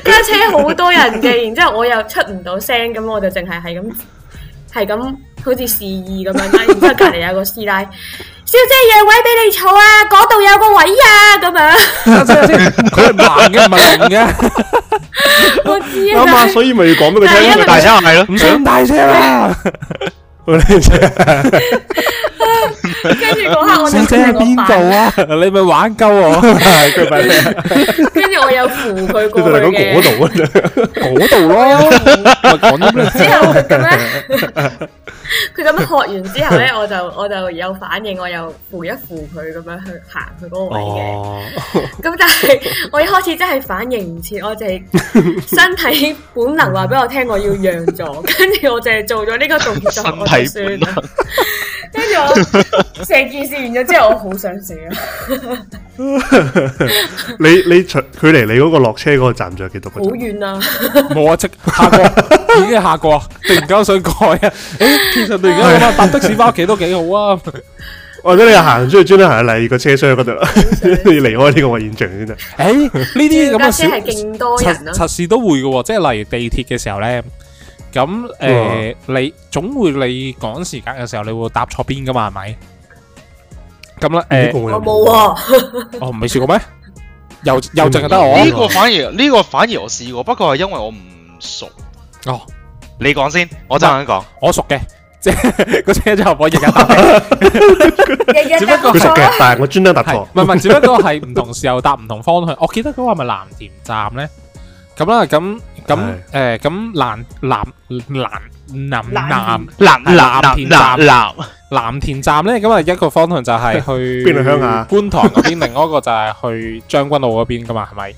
Speaker 4: 架車好多人嘅，然之後我又出唔到聲，咁我就淨係係咁係咁好似示意咁樣啦。然之後隔離有個師奶，小姐讓位俾你坐啊，嗰度有個位啊，咁樣。
Speaker 2: *laughs* 佢係盲嘅，唔係聾嘅，
Speaker 4: 我知啊，
Speaker 1: 啱啊！所以咪要講俾
Speaker 4: 但係啊
Speaker 1: 佢
Speaker 4: 因
Speaker 1: *laughs* 聽。
Speaker 3: 大
Speaker 4: 為
Speaker 3: 聲嗌
Speaker 2: *laughs*
Speaker 3: 咯，
Speaker 2: 唔想大聲啦。
Speaker 4: 但係跟住嗰刻我就
Speaker 2: 小姐
Speaker 4: 真
Speaker 2: 喺
Speaker 4: 係我
Speaker 2: 邊度
Speaker 4: 扮，
Speaker 2: 啊？你咪玩鳩我
Speaker 1: 係佢咪
Speaker 4: 跟住我有扶佢
Speaker 1: 佢
Speaker 4: 過
Speaker 1: 就嚟
Speaker 4: 去
Speaker 1: 講
Speaker 4: 嘅。
Speaker 1: 嗰度啊！
Speaker 2: 嗰度咯，咪講咗俾你 *laughs*
Speaker 4: 之後佢咁樣，佢咁樣學完之後咧， *laughs* 我就我就有反應，我又扶一扶佢咁樣去行佢嗰個位嘅。
Speaker 1: 哦，
Speaker 4: 咁但係 *laughs* 我一開始真係反應唔切，我就係身體本能話俾我聽，我要讓座，跟住我就係做咗呢個動作，
Speaker 3: 身體
Speaker 4: 我就算啦。跟住我成件事完咗之後，我好想死啊！
Speaker 1: 你 *laughs* 你除距離你嗰個落車嗰個站仲有幾多個
Speaker 4: 好
Speaker 1: 站？
Speaker 4: 遠啊！
Speaker 2: 冇啊，即下個已經下個啊！突然間想改啊！诶，其實你而家諗下搭的士翻屋企都幾好啊！
Speaker 1: 或者你行出去專登行去第二個車廂嗰度啦，你離開呢個現場先得。
Speaker 4: *laughs*
Speaker 2: 诶，呢啲咁
Speaker 4: 架
Speaker 2: 嘅
Speaker 4: 車係
Speaker 2: 小
Speaker 4: 勁多人啊
Speaker 2: 測
Speaker 4: 咯，
Speaker 2: 測試都會嘅喎，即係例如地鐵嘅時候咧，咁诶、呃你總會你趕時間嘅時候，你會搭錯邊噶嘛？係咪？咁啦，诶、
Speaker 1: 呢個我又啊
Speaker 4: 我冇啊喎，
Speaker 2: 哦，未試過咩？又又淨係得
Speaker 1: 哦
Speaker 2: 我
Speaker 3: 呢個反而呢個反而我試過，不過係因為我唔熟。
Speaker 2: 哦，
Speaker 3: 你講先，我真係咁講。
Speaker 2: 我熟嘅，即係 *laughs* 個車就我日日搭嘅，
Speaker 4: 日日
Speaker 2: 只不過
Speaker 4: 都
Speaker 1: 佢熟
Speaker 4: 錯
Speaker 1: 嘅，但係我專登搭
Speaker 2: 係
Speaker 1: 錯
Speaker 2: 唔。係唔係？只不過係唔同時候搭唔同方向。我記得嗰個係咪藍田站咧？咁啦，咁咁诶，咁藍藍藍南南
Speaker 3: 藍
Speaker 2: 藍田站
Speaker 3: 藍
Speaker 2: 藍田站咧，咁啊一個方向就係去
Speaker 1: 邊度鄉下
Speaker 2: 觀塘嗰邊，另外一個就係去將軍澳嗰邊噶嘛，係咪？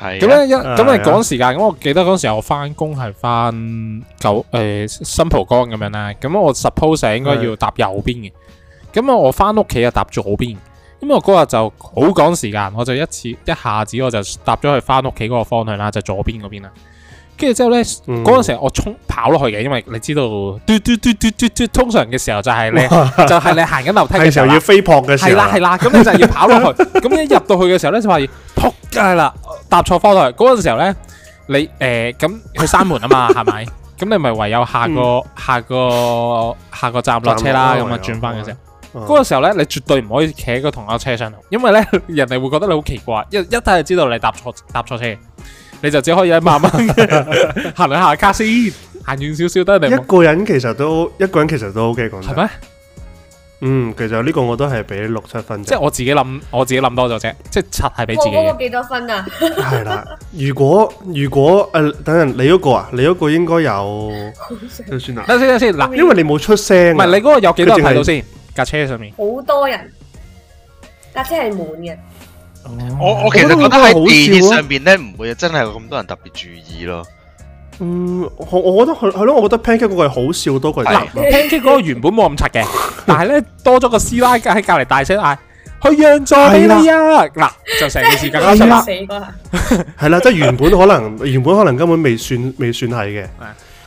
Speaker 3: 係
Speaker 2: 咁
Speaker 3: 咧，
Speaker 2: 咧一
Speaker 1: 啊
Speaker 2: 咁
Speaker 1: 係
Speaker 2: 你
Speaker 1: 啊嗯
Speaker 2: 趕時間，咁我記得嗰時候我翻工係翻九誒新蒲崗咁樣啦，咁我 suppose 係應該要搭右邊嘅，咁啊我翻屋企啊搭左邊，因為我嗰日就好趕時間，我就一次一下子我就搭咗去翻屋企嗰個方向啦，就左邊嗰邊啦。跟住之後咧，
Speaker 1: 嗯
Speaker 2: 嗰陣時候我衝跑落去嘅，因為你知道嘟嘟嘟嘟嘟嘟，通常嘅時候就係你
Speaker 1: *laughs*
Speaker 2: 就係你行緊樓梯嘅
Speaker 1: 係
Speaker 2: 時
Speaker 1: 時
Speaker 2: 候
Speaker 1: 候
Speaker 2: 啦
Speaker 1: 要飛撲嘅
Speaker 2: 係
Speaker 1: 時候
Speaker 2: 啦
Speaker 1: 啊
Speaker 2: 係，啦，咁你 *laughs* 就要跑落去，咁一入到去嘅時候咧就發現撲街啦，搭錯方向。嗰陣時候咧，你誒咁佢閂門啊 *laughs* 嘛，係咪？咁你咪唯有下個下個嗯下個站落車啦，
Speaker 1: 站落
Speaker 2: 咁
Speaker 1: 哦
Speaker 2: 啊
Speaker 1: 去
Speaker 2: 轉翻嘅時候，
Speaker 1: 嗯
Speaker 2: 嗰個時候咧你絕對唔可以企喺個同一車上度，因為咧 *laughs* 人哋會覺得你好奇怪，一一睇就知道你搭錯搭錯車，你就只可以喺慢慢 *laughs* 行兩下卡先，行遠少少得你
Speaker 1: 一
Speaker 2: 望
Speaker 1: 個人其實都一個人其實都 OK 講真
Speaker 2: 係咩？
Speaker 1: 嗯，其實呢個我都係俾六七分啫
Speaker 2: 即係我自己諗，我自己諗多咗啫，即係柒係俾自
Speaker 4: 我
Speaker 2: 己嘅
Speaker 4: 嗰個。幾多分啊？
Speaker 1: 係啦。如果如果诶、呃等陣你嗰個啊，你嗰個應該有就算啦，
Speaker 2: 等先等先，嗱。
Speaker 1: 因為你冇出聲
Speaker 2: 唔
Speaker 1: 啊。
Speaker 2: 係你嗰個有幾
Speaker 1: 佢
Speaker 2: 多人
Speaker 1: 淨係
Speaker 2: 睇到先？架車上面，
Speaker 4: 好多人，架車係滿嘅，
Speaker 3: 我我其實覺
Speaker 1: 我覺得
Speaker 3: 得喺
Speaker 1: 好
Speaker 3: 地
Speaker 1: 笑
Speaker 3: 鐵
Speaker 1: 啊
Speaker 3: 上邊咧，唔會真係有咁多人特別注意咯。
Speaker 1: 嗯，我我覺得係係咯，我覺得 pancake 嗰個係好笑多過係
Speaker 3: 係
Speaker 1: 慘啊
Speaker 2: pancake 嗰個原本冇咁柒
Speaker 1: *laughs*
Speaker 2: 嘅，但係咧多咗個師奶喺隔離大聲嗌：去讓座俾你啊！嗱，就成件事更加啊
Speaker 1: 係
Speaker 2: 出
Speaker 1: 啦
Speaker 2: 啦。
Speaker 4: 死嗰下，
Speaker 1: 係
Speaker 2: *laughs*
Speaker 1: 啦，即係原本可能原本可能根本未算未算係嘅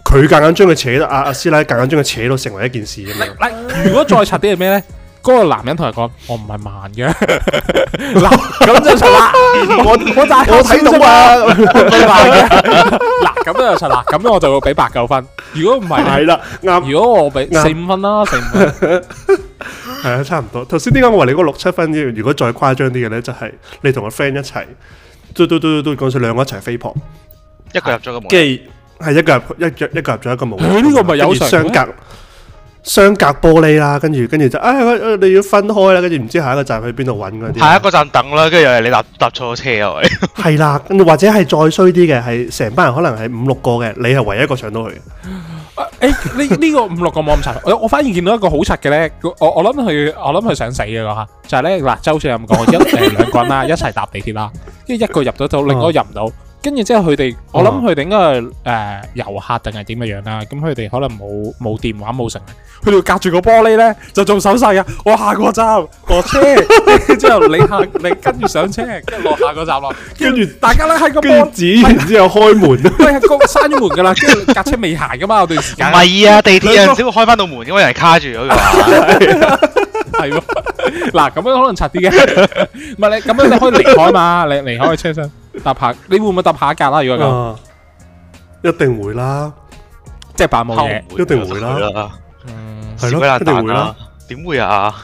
Speaker 2: 係，
Speaker 1: 佢夾硬將佢扯到阿阿師奶夾硬將佢扯到成為一件事咁樣。
Speaker 2: 嗱，如果再柒啲係咩咧？嗰個男人同佢講：我唔係慢嘅，
Speaker 1: *laughs*
Speaker 2: 嗱咁就柒啦。我我就係
Speaker 1: 我睇到啊，
Speaker 2: 我唔係慢嘅。嗱咁就柒啦，咁我就會俾八九分。如果唔係 *laughs*
Speaker 1: 係
Speaker 2: 呢，
Speaker 1: 啊啦，啱
Speaker 2: 如果我俾
Speaker 1: 啱
Speaker 2: 四五分啦，四五分。
Speaker 1: 係啊，差唔多。頭先點解我話你嗰個六七分啫？如果再誇張啲嘅咧，就係你同個 friend 一齊，嘟嘟嘟嘟嘟，講住兩個一齊飛撲，
Speaker 3: 一個入咗個門，
Speaker 1: 啊跟住係一個入一個一個入咗一個冇。
Speaker 2: 佢呢個咪有常
Speaker 1: 相
Speaker 2: 嘅
Speaker 1: 隔相隔玻璃啦，跟住跟住就唉，我你要分開啦，跟住唔知下一個站去邊度揾嗰啲。
Speaker 3: 下一個站等啦，跟住又係你搭搭錯車啊！喂
Speaker 1: 係啦，或者係再衰啲嘅，係成班人可能係五六個嘅，你係唯一一個上到去嘅。
Speaker 2: 诶，呢呢個五六個冇咁柒，我我反而見到一個好柒嘅咧，我我諗佢我諗佢想死嘅嗰下，就係咧嗱，周好有咁講，一诶兩個人啦，一齊搭地鐵啦，跟住一個入咗到，另一個入唔到，跟住之後佢哋，我諗佢哋應該係诶遊客定係點嘅樣啦，咁佢哋可能冇冇電話冇成，佢哋隔住個玻璃咧就做手勢啊，我下個站落車，跟住之後你下你跟住上車，跟住落下個站落，跟住大家咧喺個玻
Speaker 1: 跟住
Speaker 2: 璃，
Speaker 1: 指完之後開門，
Speaker 2: 喂個閂咗門㗎啦，跟住架車未行㗎嘛，有段時
Speaker 3: 唔
Speaker 2: 間。
Speaker 3: 係啊，地鐵有陣時會開翻到門，因為有人卡住咗佢話。
Speaker 2: 系喎， *laughs* 嗱咁樣可能柒啲嘅， *laughs* 唔係你咁樣你可以離開嘛， *laughs* 你離開車身搭下，你會唔會搭下一格啦？如 *laughs*
Speaker 3: 哦
Speaker 2: 果咁，
Speaker 1: 啊一定會啦，
Speaker 2: 即係扮冇嘢，
Speaker 1: 一定
Speaker 3: 啊
Speaker 1: 會啦。
Speaker 2: 嗯
Speaker 1: 係
Speaker 3: 小鬼
Speaker 1: 咯，一
Speaker 3: 爛
Speaker 1: 定
Speaker 3: 蛋啊
Speaker 1: 會
Speaker 3: 啦
Speaker 1: 啦。，
Speaker 3: 點會啊？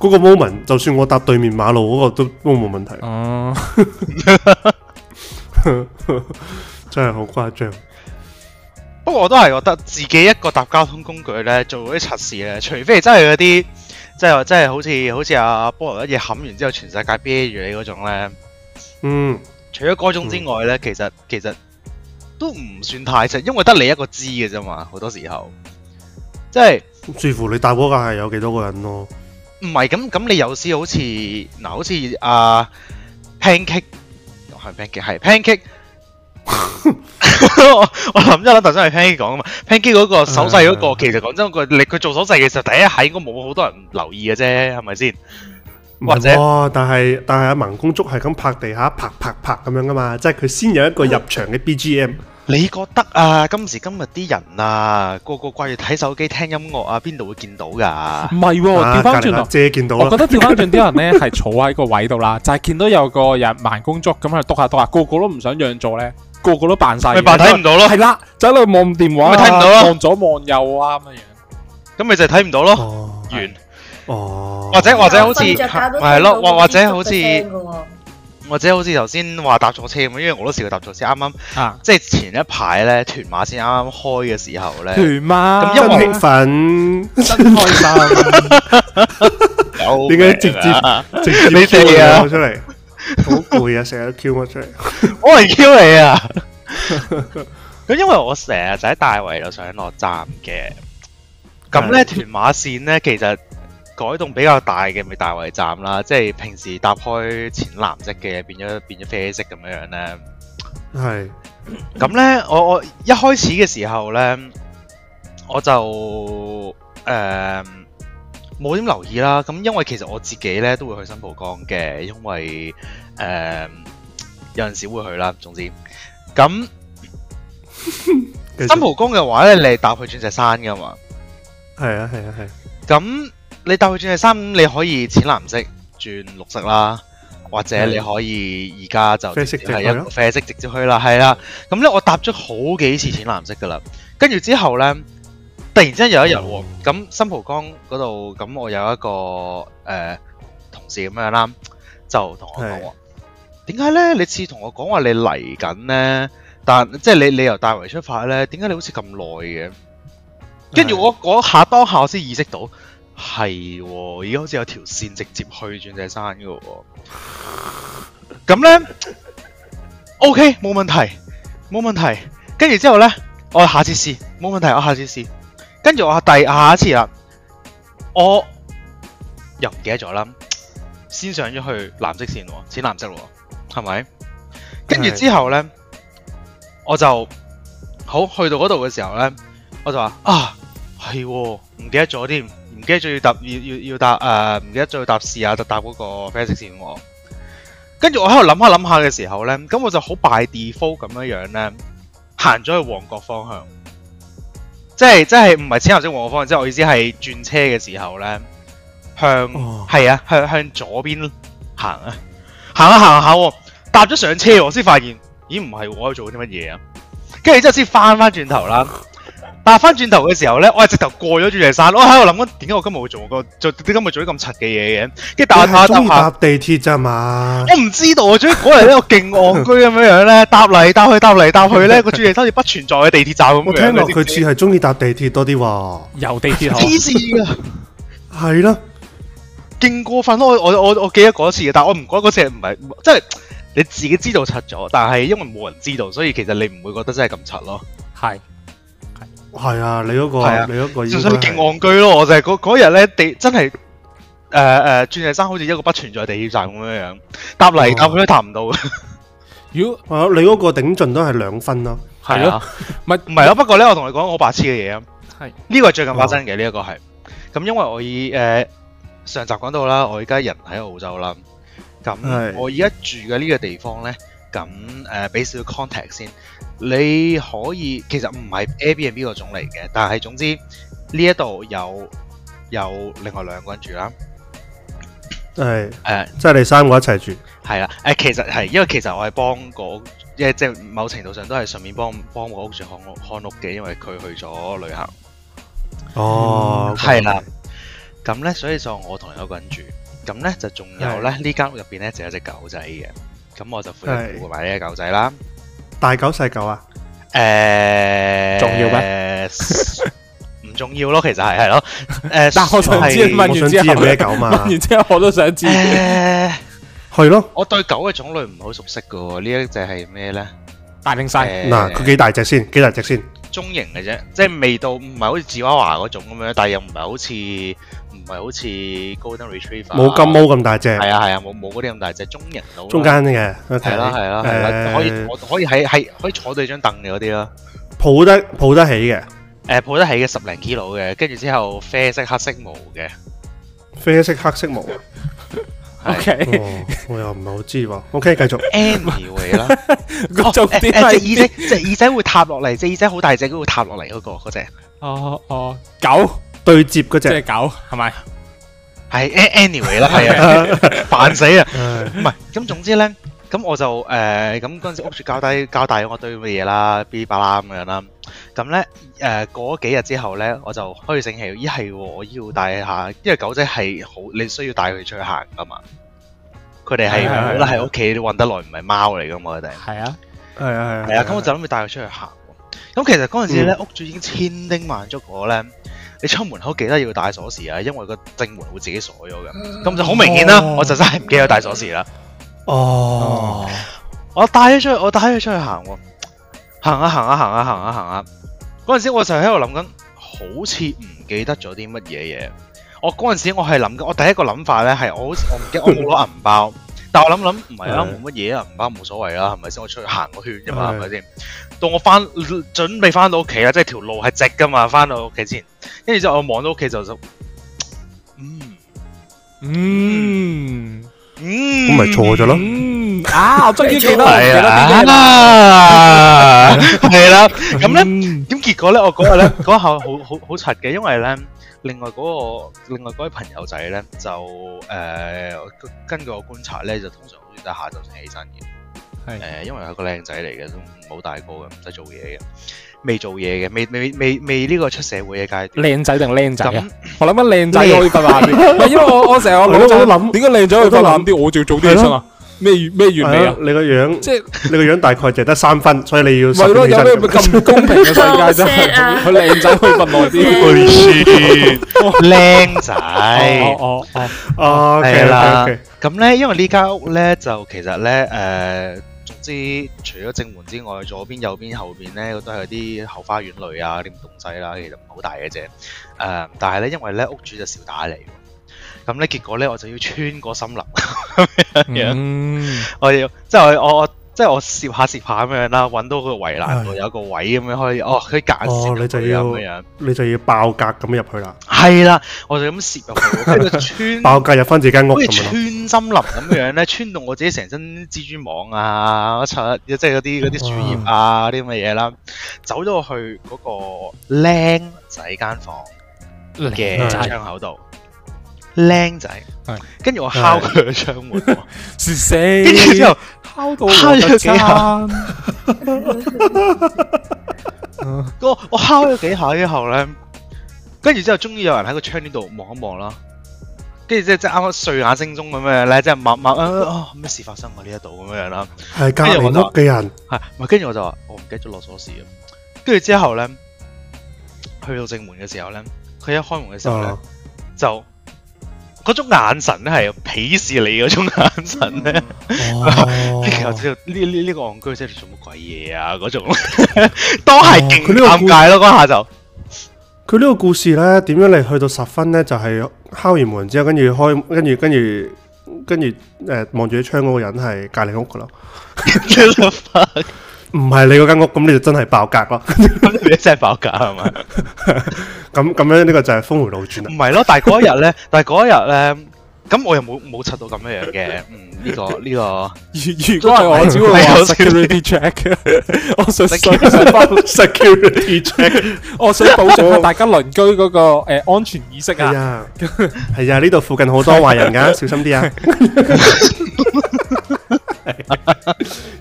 Speaker 1: 嗰個 moment，就算我搭對面馬路嗰個都都冇問題， *laughs*
Speaker 2: 哦，
Speaker 1: 真係好誇張。
Speaker 3: 不過我都係覺得自己一個搭交通工具咧，做嗰啲測試咧，除非真係嗰啲，即係真係好似好似阿菠蘿一嘢冚完之後，全世界孭住你嗰種咧。
Speaker 1: 嗯，
Speaker 3: 除咗嗰種之外咧，其實其實都唔算太實，因為得你一個知嘅啫嘛，好多時候。即係
Speaker 1: 視乎你搭嗰架係有幾多個人咯。
Speaker 3: 唔係咁咁？你有時好似嗱，好似啊 pancake 哦係 pancake 係 pancake。我我諗一諗頭先係 pancake 講啊嘛，pancake 嗰個手勢嗰、個，
Speaker 1: 嗯
Speaker 3: 其實講真嗰句，你佢做手勢嘅時候，第一下應該冇好多人留意嘅啫，係咪先？
Speaker 1: 唔
Speaker 3: 或者
Speaker 1: 係喎，但係但係阿盲公竹係咁拍地下，拍拍拍咁樣噶嘛，即係佢先有一個入場嘅 BGM。
Speaker 3: 你覺得啊，今時今日啲人啊，個個掛住睇手機聽音樂啊，邊度會見到㗎？
Speaker 2: 唔係喎，
Speaker 1: 啊
Speaker 2: 哦調翻
Speaker 1: 隔
Speaker 2: 轉
Speaker 1: 離阿
Speaker 2: 頭，
Speaker 1: 姐見到
Speaker 3: 啊
Speaker 2: 我覺
Speaker 1: 啦，
Speaker 2: 得調翻轉啲人咧係坐喺個位度啦，就係見到有個人慢工作咁喺度督下督下，個個都唔想讓座咧，個個都扮晒嘢，
Speaker 3: 咪扮睇唔到咯
Speaker 2: 係啦，走喺度望電話啊，
Speaker 3: 咪睇唔到咯
Speaker 2: 望左望右啊咁嘅樣。
Speaker 3: 咁咪就係睇唔到咯，
Speaker 1: 哦
Speaker 3: 完。
Speaker 1: 哦，
Speaker 3: 或者或者好似
Speaker 4: 瞓着覺都聽到
Speaker 3: 係咯或或者
Speaker 4: 啲
Speaker 3: 好似
Speaker 4: 篤嘅聲㗎喎
Speaker 3: 或者好似頭先話搭錯車咁，因為我都試過搭錯車，啱啱
Speaker 2: 啊，
Speaker 3: 即係前一排咧，屯馬先啱啱開嘅時候 *laughs* 咧，
Speaker 2: 團嘛，
Speaker 3: 啊咁因為
Speaker 1: 真興奮，
Speaker 2: 真
Speaker 3: *laughs*
Speaker 2: 開心。
Speaker 3: 有
Speaker 1: 點解直接
Speaker 3: 命啊
Speaker 1: *laughs* 直接
Speaker 3: 你哋啊
Speaker 1: Q 我出嚟，好攰啊，成日都 Q 我出嚟。
Speaker 3: 我嚟 Q 你啊！ *laughs* 咁因為我成日就喺大圍度上落站嘅，咁咧屯馬線咧其實改動比較大嘅咪大圍站啦，即係平時搭開淺藍色嘅變咗變咗啡色咁樣樣咧。
Speaker 1: 係
Speaker 3: 咁咧，我我一開始嘅時候咧，我就誒冇點留意啦。咁因為其實我自己咧都會去新蒲崗嘅，因為誒、有陣時會去啦。總之，咁
Speaker 1: 繼續
Speaker 3: 新蒲崗嘅話咧，你係搭去鑽石山噶嘛？
Speaker 1: 係啊係啊係啊，
Speaker 3: 咁你搭去鑽石山，咁你可以淺藍色轉綠色啦，或者你可以而家就
Speaker 1: 啡色直
Speaker 3: 直
Speaker 1: 去
Speaker 3: 接係
Speaker 1: 啦
Speaker 3: 一個啡色直接去啦，係啦。咁咧我搭咗好幾次淺藍色噶啦，跟住之後咧，突然之間有一日喎，咁新蒲崗嗰度，咁我有一個誒、呃同事咁樣啦，就同我講
Speaker 1: 係
Speaker 3: 話，點解咧？你似同我講話你嚟緊咧，但即係你你由大圍出發咧，點解你好似咁耐嘅？跟住我嗰下當下我先意識到，係喎，而家好似有條線直接去鑽石山嘅喎。咁咧，OK 冇問題，冇問題。跟住之後咧，我哦下次試，冇問題，我下次試。跟住我第下一次啦，我又唔記得咗啦，先上咗去藍色線喎，淺藍色喎，係咪？跟住之後咧，我就好去到嗰度嘅時候咧。我就話啊，係喎，唔記得咗添，唔記得咗要搭要要要搭誒，呃唔、記得咗要搭試啊，就搭嗰個啡色線喎。跟住我喺度諗下諗下嘅時候咧，咁我就好 by default 咁樣樣咧，行咗去旺角方向，即係即係唔係淺藍色旺角方向，即係我意思係轉車嘅時候咧，向
Speaker 1: 哦
Speaker 3: 係、啊向向左邊行啊，行下行下喎，搭咗上車我先發現，咦唔係喎我喺度做緊啲乜嘢啊？跟住之後先翻翻轉頭啦。但係翻轉頭嘅時候咧，我係直頭過咗鑽石山，我喺度諗緊點解我今日會做個做點解我做啲咁柒嘅嘢嘅？跟住搭下
Speaker 1: 你係
Speaker 3: 搭
Speaker 1: 中意
Speaker 3: 下
Speaker 1: 搭，地鐵咋嘛？
Speaker 3: 我唔知道啊！總之嗰日咧，我勁戇居咁樣樣咧，搭嚟搭去搭嚟搭去
Speaker 1: *laughs*
Speaker 3: 咧，個鑽石山好似不存在嘅地鐵站咁樣。
Speaker 1: 我聽落佢
Speaker 3: 你知
Speaker 1: 似係中意搭地鐵多啲喎。
Speaker 2: 由地鐵
Speaker 3: 唔
Speaker 2: 好
Speaker 3: *laughs* 知，黐線㗎，
Speaker 1: 係咯，
Speaker 3: 勁過分咯！我我我我記得嗰次嘅，但係我唔覺得嗰次係唔係即係你自己知道柒咗，但係因為冇人知道，所以其實你唔會覺得真係咁柒咯。
Speaker 2: 係
Speaker 1: 係啊，你嗰
Speaker 3: 係啊
Speaker 1: 個你嗰個
Speaker 3: 純
Speaker 1: 應該
Speaker 3: 粹勁
Speaker 1: 係
Speaker 3: 戇居咯，我就係嗰嗰日咧地真係呃誒誒鑽石山好似一個不存在地鐵站咁樣樣，搭嚟搭去
Speaker 1: 哦
Speaker 3: 都搭唔到嘅。
Speaker 2: 如果
Speaker 1: 係啊你嗰個頂盡都係兩分咯。
Speaker 2: 係咯，唔係
Speaker 3: 唔係啊咯。不過咧，我同你講好白痴嘅嘢啊，
Speaker 2: 係
Speaker 3: 呢個係最近發生嘅，呢一個係咁，因為我以誒上集講到啦，我而家人喺澳洲啦，咁
Speaker 1: 係
Speaker 3: 我而家住嘅呢個地方咧，咁誒俾少少 contact 先，你可以其實唔係 Airbnb 嗰種嚟嘅，但係總之呢一度有有另外兩個人住啦，
Speaker 1: 係，
Speaker 3: 誒、
Speaker 1: 即係你三個一齊住。
Speaker 3: 係啦，誒其實係，因為其實我係幫個屋，即係即係某程度上都係順便幫幫個屋主看屋看屋嘅，因為佢去咗旅行，
Speaker 1: 哦，
Speaker 3: 嗯係啦。咁咧所以就我同另一個人住，咁咧就仲有咧呢間屋入邊咧就有隻狗仔嘅，咁我就負責
Speaker 1: 係
Speaker 3: 照顧埋呢只狗
Speaker 1: *laughs*
Speaker 3: 仔啦。
Speaker 1: 大狗細狗啊，
Speaker 3: 誒，
Speaker 2: 重要
Speaker 3: 咩？唔重要咯，其實
Speaker 1: *laughs*
Speaker 3: 係係咯，誒，
Speaker 2: 但我想知
Speaker 3: 係
Speaker 2: 問完
Speaker 1: 我想知
Speaker 2: 之後
Speaker 1: 係咩
Speaker 3: *laughs*
Speaker 1: 狗嘛？
Speaker 2: *laughs* 然之後我都想知，
Speaker 3: 誒，
Speaker 1: 係咯，
Speaker 3: 我對狗嘅種類唔係好熟悉嘅喎，呢一隻係咩咧？
Speaker 2: 大定細
Speaker 3: 誒
Speaker 1: 嗱，佢幾大隻先？幾大隻先？
Speaker 3: 中型嘅啫，即係味道唔係好似芝娃娃嗰種咁樣，但係又唔係好似唔係好似 Golden Retriever 啊
Speaker 1: 冇金毛咁大隻，
Speaker 3: 係啊係啊，冇冇嗰啲咁大隻，中型到啦
Speaker 1: 中間嘅。OK
Speaker 3: 係啦係啦係啦，
Speaker 1: 誒
Speaker 3: 可以我可以喺喺可以坐到張凳嘅嗰啲啦，
Speaker 1: 抱得抱得起嘅，
Speaker 3: 誒抱得起嘅十零 kilo 嘅，跟住之後啡色黑色毛嘅，
Speaker 1: 啡色黑
Speaker 3: *laughs*
Speaker 1: 色毛。
Speaker 3: 係
Speaker 2: *laughs* ，OK，
Speaker 1: 哦，我又唔係好知喎。OK，繼續。
Speaker 3: *laughs* anyway 啦，
Speaker 2: 個重點
Speaker 3: 誒誒隻
Speaker 2: 係
Speaker 3: 耳仔隻耳仔會塌落嚟，隻耳仔好大隻，都會塌落嚟嗰個嗰只，
Speaker 2: 哦哦狗，
Speaker 1: 對接嗰
Speaker 2: 即
Speaker 1: 只 *laughs*
Speaker 2: 係，狗係咪？
Speaker 3: *laughs* 係 anyway 啦，係啊，煩死啊！
Speaker 1: 唉
Speaker 3: 唔係，咁總之咧，咁咁我就誒咁嗰陣時屋住交低交代咗我堆咁嘅嘢啦，嗶哩吧啦咁樣啦。咁咧誒過咗幾日之後咧，我就開始醒起，咦係喎，我要帶下，因為狗仔係好你需要帶佢出去行噶嘛。佢哋
Speaker 1: 係
Speaker 3: 係
Speaker 1: 係
Speaker 3: 冇得喺屋企韞得耐，唔係貓嚟噶嘛，佢哋。
Speaker 2: 系啊，
Speaker 1: 係啊
Speaker 3: 係啊，嗯咁我就諗住帶佢出去行喎。咁其實嗰陣時咧，屋主已經千叮萬囑我咧，你出門口記得要帶鎖匙啊，因為個正門會自己鎖咗嘅。咁就好明顯啦，
Speaker 1: 哦
Speaker 3: 我就真係唔記得帶鎖匙啦。
Speaker 1: 哦，
Speaker 3: 我帶咗出去，我帶咗出去行喎，行啊行啊行啊行啊行啊！嗰陣時我就喺度諗緊，好似唔記得咗啲乜嘢嘢。我嗰陣時我係諗緊，我第一個諗法咧係我好 *laughs* 似我唔記得我冇攞銀包，但我諗諗唔係
Speaker 1: 係
Speaker 3: 啊，冇乜嘢啊，銀包冇所謂啦，係咪先？我出去行個圈啫嘛，
Speaker 1: 係
Speaker 3: 係咪先？到我翻準備翻到屋企啦，即係條路係直噶嘛，翻到屋企前，跟住之後我望到屋企就就嗯
Speaker 2: 嗯，
Speaker 3: 嗯，
Speaker 1: 咁咪錯咗咯。
Speaker 2: 嗯啊，我终于记得，我唔記
Speaker 3: 係
Speaker 2: 得啲嘢啦，
Speaker 3: *laughs* 啦，係啦，咁
Speaker 2: 咧，
Speaker 3: 咧。咁結果咧，我嗰日咧嗰下好好好柒嘅，因為咧，另外嗰、個另外嗰位朋友仔咧就誒、根據我觀察咧，就通常好似都係下晝先起身嘅。
Speaker 2: 係
Speaker 3: 誒、因為佢係個靚仔嚟嘅，都唔好大個嘅，唔使做嘢嘅，未做嘢嘅，未未未未呢個出社會嘅階段。
Speaker 2: 靓仔定僆 *laughs* 仔啊
Speaker 3: 咁？
Speaker 2: 我谂乜靚仔可以瞓晏啲，唔係因為我我成日我
Speaker 1: 我
Speaker 2: 老
Speaker 1: 都諗
Speaker 2: 咗諗，點解靚仔可以瞓晏啲，我就要早啲起身啊？咩咩原理
Speaker 1: 係
Speaker 2: 啊
Speaker 1: 啊？你個樣，
Speaker 2: 即係
Speaker 1: 你個樣大概就得三分，所以你要
Speaker 2: 咪
Speaker 1: 10
Speaker 2: 咯？
Speaker 1: 起
Speaker 2: 有
Speaker 1: 身
Speaker 2: 咩咁唔公平嘅世界真
Speaker 4: 好 sad 啊
Speaker 2: 係？佢靚仔可以瞓耐啲。
Speaker 3: 靚仔。
Speaker 2: 哦哦哦，
Speaker 1: 哦
Speaker 3: 係
Speaker 1: ，OK
Speaker 3: 啦
Speaker 1: OK，OK，
Speaker 3: 咁咧，因為呢間屋咧就其實咧誒、總之除咗正門之外，左邊、右邊、後邊咧都係啲後花園類啊啲咁東西啦，其實唔係好大嘅啫。誒、但係咧，因為咧屋主就少打理喎，咁咧結果咧我就要穿過森林， *laughs*
Speaker 2: ờ. 嗯，
Speaker 3: 我要即係我我我即係我攝下攝下咁樣啦，揾到個圍欄度
Speaker 1: 係
Speaker 3: 有個位咁樣可以，哦，佢夾硬攝
Speaker 1: 哦你就
Speaker 3: 入去
Speaker 1: 要
Speaker 3: 咁樣，
Speaker 1: 你就要爆格咁入去啦，
Speaker 3: 係啦，我就咁攝入去，跟住就
Speaker 1: *laughs*
Speaker 3: 穿
Speaker 1: 爆格入翻自己間屋
Speaker 3: 好似
Speaker 1: 咁樣
Speaker 3: 穿
Speaker 1: 咯。
Speaker 3: 森林咁樣咧， *laughs* 穿到我自己成身蜘蛛網啊，即係即係嗰啲嗰啲樹葉啊啲咁嘅嘢啦，走咗去嗰個僆仔間房嘅
Speaker 2: 靚
Speaker 1: 仔
Speaker 2: 仔
Speaker 3: 窗口度。僆仔
Speaker 2: 係，
Speaker 3: 跟住我敲佢嘅窗門喎，
Speaker 2: 是死，
Speaker 3: *laughs* 跟住之後
Speaker 2: 敲到敲
Speaker 3: 咗
Speaker 2: 咗
Speaker 3: 幾下
Speaker 2: 幾
Speaker 3: 我我敲咗幾下之後咧，跟住之後終於有人喺個窗簾度望一望啦，跟住即係即係啱啱睡眼惺忪咁樣咧，即係默默啊啊咩事發生啊呢一度咁樣啦，
Speaker 1: 係隔離屋嘅人，
Speaker 3: 係，咪跟住我就話我唔記得咗落鎖匙啊。跟住之後咧，去到正門嘅時候咧，佢一開門嘅時候咧， *laughs*
Speaker 1: 哦
Speaker 3: 就嗰種眼神咧係鄙視你嗰種眼神咧，
Speaker 1: 哦
Speaker 3: 哎其實我知道呢呢呢個戇居仔你做乜鬼嘢啊嗰種，當係勁
Speaker 1: 佢呢個
Speaker 3: 尷
Speaker 1: 故
Speaker 3: 尬咯嗰下就。
Speaker 1: 佢呢個故事咧，點樣嚟去到十分咧？就係、敲完門之後，跟住開，跟住跟住跟住誒望住啲窗嗰個人係隔離屋噶啦，唔係你嗰間屋，咁你就真係爆格咯。 *laughs*
Speaker 3: 咁你真係爆架係嘛？
Speaker 1: 咁咁樣呢個就係峰迴路啊轉
Speaker 3: *laughs* 唔
Speaker 1: 啦。
Speaker 3: 係咯，但係嗰一日咧，但係嗰一日咧，咁我又冇冇柒到咁樣樣嘅。嗯，呢個呢個。
Speaker 2: 下。如如果係我，只會話 security check。我 *laughs* 想想想翻
Speaker 1: *laughs* Security check
Speaker 2: 我想保障下大家鄰居嗰個誒安全意識
Speaker 1: 係
Speaker 2: 啊！
Speaker 1: 啊，係啊，呢度附近好多壞人㗎，小心啲啊！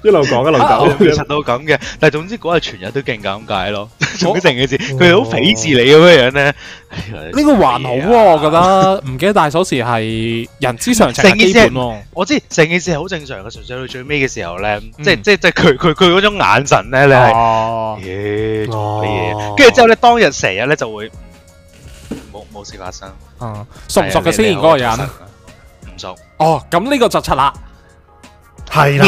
Speaker 1: 一路講一路
Speaker 2: *laughs*
Speaker 3: 我
Speaker 1: 講，
Speaker 3: 其實到咁嘅，但係總之嗰日全日都勁尷
Speaker 2: *laughs*
Speaker 3: 尬咯。總之成件事，
Speaker 1: 哦
Speaker 3: 佢好鄙視你咁樣樣咧。
Speaker 2: 呢個還好
Speaker 3: à.
Speaker 2: 喎，我覺得唔記得帶鎖匙係人之常情，係基本喎。
Speaker 3: 我知成件事係好正常嘅，純粹到最尾嘅時候咧，
Speaker 2: Ừ.
Speaker 3: 即係即係即係佢佢佢嗰種眼神咧，你係
Speaker 2: 哦，
Speaker 3: 咦做乜
Speaker 1: 哦
Speaker 2: Ờ.
Speaker 3: 嘢？跟住之後咧，當日成日咧就會冇冇事發生。
Speaker 2: 嗯熟唔熟嘅先嗰個人？
Speaker 3: 唔熟，
Speaker 2: 哦，咁呢個就柒啦，
Speaker 1: 係啦，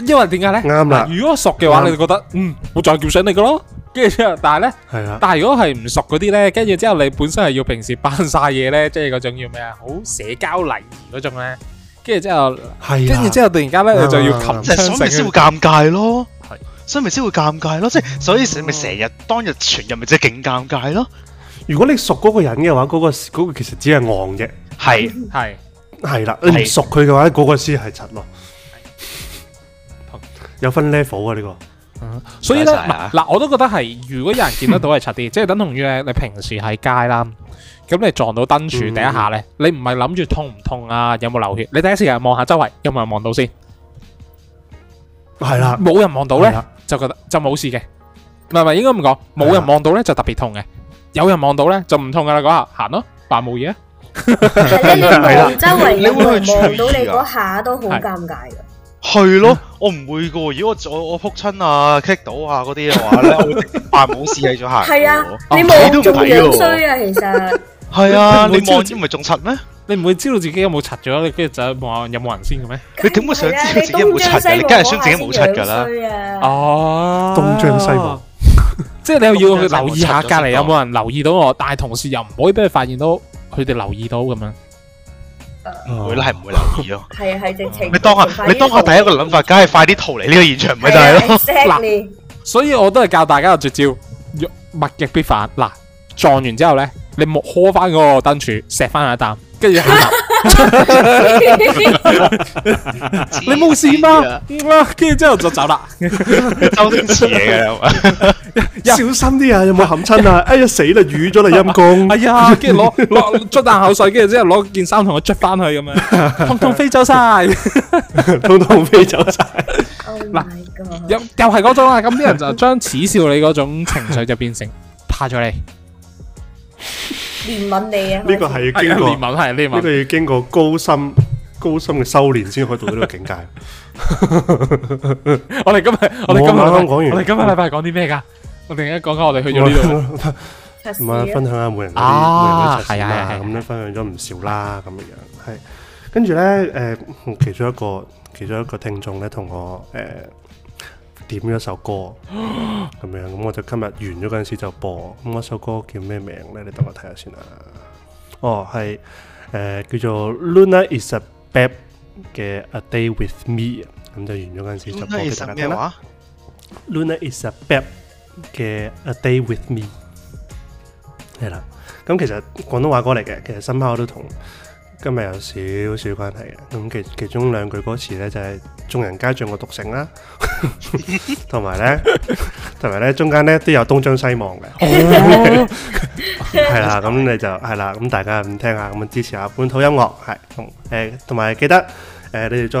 Speaker 3: 你
Speaker 2: 因為點解咧？
Speaker 1: 啱啦，
Speaker 2: 如果熟嘅話，
Speaker 1: 啱
Speaker 2: 你就覺得嗯，我再叫醒你噶咯。跟住之後，但係咧，
Speaker 1: 係啦，
Speaker 2: 但係如果係唔熟嗰啲咧，跟住之後你本身係要平時扮晒嘢咧，即係嗰種叫咩啊？好社交禮儀嗰種咧，跟住之後，
Speaker 1: 係啦，
Speaker 2: 跟住之後突然間咧，你就要
Speaker 1: 啱啱
Speaker 2: 擒
Speaker 3: 就係所以咪
Speaker 2: 槍
Speaker 3: 先會
Speaker 2: 醒。
Speaker 3: 尷尬咯
Speaker 2: 係。
Speaker 3: 所以咪先會尷尬咯，即係所以咪成日當日全日咪即係勁尷尬咯。
Speaker 1: 如果你熟嗰個人嘅話，嗰、個嗰、個其實只係戇啫。
Speaker 3: 係
Speaker 2: 係
Speaker 1: 係啦，你唔
Speaker 3: 係
Speaker 1: 熟佢嘅話，嗰、個先係柒咯
Speaker 2: 同。
Speaker 1: 有分 level 啊呢、個，
Speaker 2: 所以咧，
Speaker 3: 唔該晒啊
Speaker 2: 嗱嗱，我都覺得係，如果有人見得到
Speaker 1: *laughs*
Speaker 2: 係柒啲，即係等同於咧，你平時喺街啦，咁你撞到燈柱
Speaker 1: 嗯
Speaker 2: 第一下咧，你唔係諗住痛唔痛啊，有冇流血，你第一時間望下周圍有冇人望到先，
Speaker 1: 係啦，
Speaker 2: 冇人望到咧
Speaker 1: 係啦，
Speaker 2: 就覺得就冇事嘅。唔係唔係，應該咁講，冇人望到咧就特別痛嘅，有人望到咧就唔痛噶啦，嗰下行咯，扮冇嘢啊。
Speaker 4: 係咧，你
Speaker 1: 係啦
Speaker 4: 望周圍
Speaker 3: 你
Speaker 4: 有
Speaker 3: 會
Speaker 4: 冇人
Speaker 3: 去
Speaker 4: 望到
Speaker 3: 注
Speaker 4: 你
Speaker 3: 意㗎
Speaker 4: 嗰下都好尷尬㗎。
Speaker 3: 係咯，我唔會噶。如果我我我撲親啊、棘到啊嗰啲嘅話咧，我會直接扮冇事繼續行。
Speaker 4: *laughs* 係啊，你
Speaker 3: 睇
Speaker 4: 望
Speaker 3: 都
Speaker 4: 仲
Speaker 3: 唔睇
Speaker 4: 樣
Speaker 3: 喎
Speaker 4: 衰啊，其實。
Speaker 3: 係啊，
Speaker 2: 你
Speaker 3: 你
Speaker 2: 冇
Speaker 3: 望
Speaker 2: 知
Speaker 3: 咗咪仲柒咩？
Speaker 2: 你唔會知道自己有冇柒咗，你跟住就望下有冇人先嘅咩？
Speaker 4: 啊
Speaker 3: 你點會想知道自己有冇柒㗎你梗係想自己冇柒㗎啦
Speaker 4: 啦。
Speaker 3: 啊
Speaker 2: 哦，
Speaker 1: 東張西望，
Speaker 2: 即係你又要
Speaker 3: 東張西望
Speaker 2: 留意下
Speaker 3: 柒咗
Speaker 2: 隔
Speaker 3: 先
Speaker 2: 離有冇人留意到我，但係同時又唔可以俾佢發現到佢哋留意到咁樣。
Speaker 1: 哦
Speaker 3: 會啦，係唔會留意咯。
Speaker 4: 係啊，係直情。
Speaker 3: 你當下你當下第一個諗法，梗係快啲逃離呢個現場，咪就係咯。
Speaker 4: 咯。Exactly。啊
Speaker 2: 所以我都係教大家嘅絕招，欲物極必反。嗱，撞完之後咧，你冇呵翻嗰個燈柱，錫翻下一啖，跟住行下你冇事
Speaker 3: *laughs*
Speaker 2: 嘛？點啊？跟住之後就走啦。
Speaker 3: 周星馳嚟嘅係嘛，
Speaker 1: 小心啲啊！有冇冚
Speaker 3: *laughs*
Speaker 1: 親啊？哎呀死啦，瘀咗啦陰公
Speaker 2: 哎。
Speaker 1: *laughs*
Speaker 2: 呀，跟住攞攞捽啖口水，跟住之後攞件衫同佢捽翻去咁
Speaker 1: *laughs*
Speaker 2: 樣，通通飛走晒。
Speaker 1: 通通飛走晒。
Speaker 4: *laughs* Oh
Speaker 2: 嗱
Speaker 4: my god。
Speaker 2: 又又係嗰種啦，咁啲人就將恥笑你嗰種情緒就變成怕咗
Speaker 1: *laughs*
Speaker 2: 你。
Speaker 4: 憐憫你啊！
Speaker 1: 呢個係
Speaker 3: *laughs*
Speaker 1: 要經
Speaker 2: 係啊
Speaker 1: 過
Speaker 2: 憐憫係憐
Speaker 1: 呢
Speaker 2: 憫
Speaker 1: 個，要經過高深高深嘅修練先可以到呢個境界。
Speaker 2: 我哋今日我哋今日
Speaker 1: 我啱啱講完
Speaker 2: 我哋今日禮拜講啲咩㗎？我哋而家講緊我哋去咗呢度。
Speaker 4: 測試
Speaker 1: 咁啊，分享下每人嗰啲
Speaker 2: 嗯啊
Speaker 1: 每人嗰啲測試
Speaker 2: 係啊係
Speaker 1: 啦
Speaker 2: 啊，係啊
Speaker 1: 咁咧分享咗唔少啦，咁嘅樣係。跟住咧，誒、嗯其中一個其中一個聽眾咧，同我誒、點咗首
Speaker 2: *gasps*
Speaker 1: 歌咁樣，咁我就今日完咗嗰陣時就播。咁嗰首歌叫咩名咧？你等我睇下先啦。啊哦，係誒、叫做 Luna is a bad 嘅 A Day with Me，咁啊就完咗嗰陣時就播俾大家聽
Speaker 3: 咩
Speaker 1: 啦。
Speaker 3: 話？
Speaker 1: Luna is a bad 嘅 A Day with Me 係啦。咁其實廣東話歌嚟嘅，其實深刻我都同今日有少少關係嘅。咁其其中兩句歌詞咧就係、眾人皆醉我獨 *laughs* 醒啦，同埋咧，同埋咧中間咧都有東張西望嘅。
Speaker 2: 哦
Speaker 1: *laughs* 係啦，咁你就係啦，咁大家咁聽下，咁支持下本土音樂，係同誒，同埋記得誒、你哋再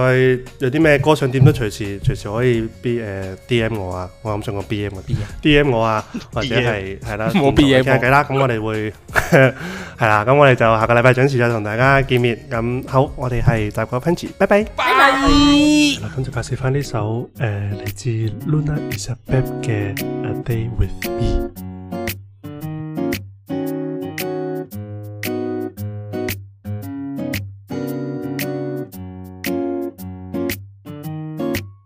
Speaker 1: 有啲咩歌想點都隨時隨時可以 B 誒、D M 我啊，我諗想講 B M 啊 D M 我啊，或者係係啦，
Speaker 2: 冇 DM
Speaker 1: 傾下偈啦，咁我哋會 *laughs* 係啦，咁我哋就下個禮拜準時再同大家見面，咁好，我哋係大個 p a n c h 拜拜。嗱，咁就介紹翻呢首誒嚟、自 Luna Is a Bab 嘅 A Day with Me。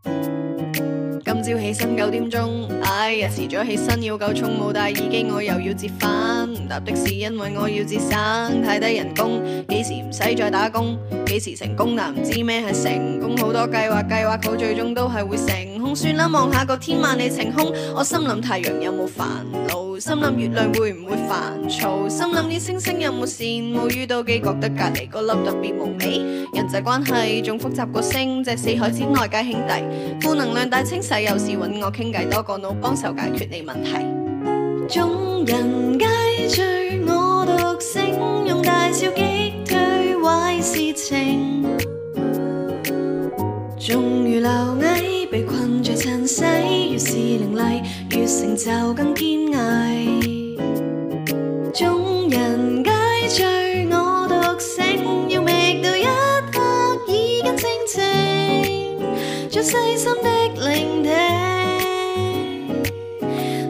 Speaker 5: 今朝起身九點鐘，哎呀遲咗起身要夠鐘，冇戴耳機我又要折返，唔搭的士因為我要節省，太低人工，幾時唔使再打工，幾時成功但唔知咩係成功，好多計劃計劃好最終都係會成空，算啦望下個天萬里晴空，我心諗太陽有冇煩惱，心諗月亮會唔會煩躁，心諗啲星星有冇羨慕，遇到幾覺得隔離個粒特別無味，人際關係仲複雜過星，隻四海之內皆兄弟。負能量大清洗，有時揾我傾偈，多個腦幫手解決你問題。眾人皆醉我獨醒，用大笑擊退壞事情。終於留危，被困在塵世，越是凌厲，越成就更堅毅。眾人皆醉我獨醒，要覓到一刻已經清靜。最細心的聆聽，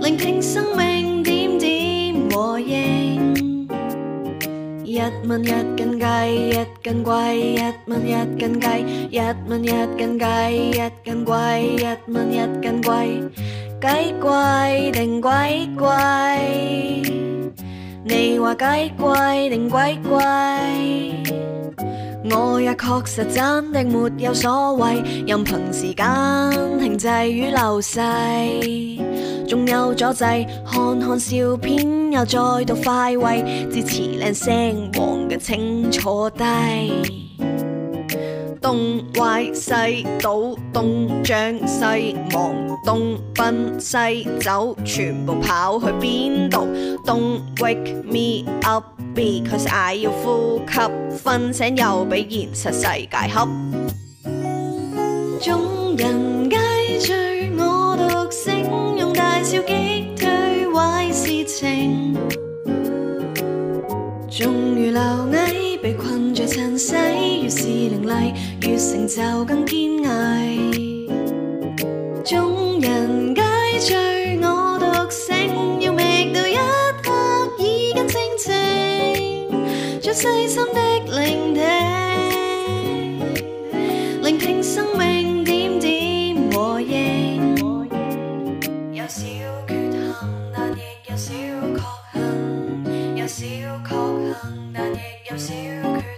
Speaker 5: 聆聽生命點點和應。一蚊一斤雞，一斤貴，一蚊一斤雞，一蚊一斤雞，一斤貴，一蚊一斤貴，雞貴定鬼貴？你話雞貴定鬼貴？我也確實真的沒有所謂，任憑時間停滯與流逝，仲有阻滯。看看笑片，又再度快慰，支持靚聲黃嘅請坐低。動壞勢，賭動漲勢，忙東奔西走，全部跑去邊度？Don't wake me up because I 要呼吸，瞓醒又俾現實世界恰。眾人皆醉，我獨醒，用大笑擊退壞事情。終於留危，被困在塵世，越是凌厲，越成就更堅毅。眾人皆醉，我獨醒，要覓到一刻已經清靜，將細心的聆聽，聆聽生命點點和應。有少缺陷，但亦有少確幸；有少確幸，但亦有少缺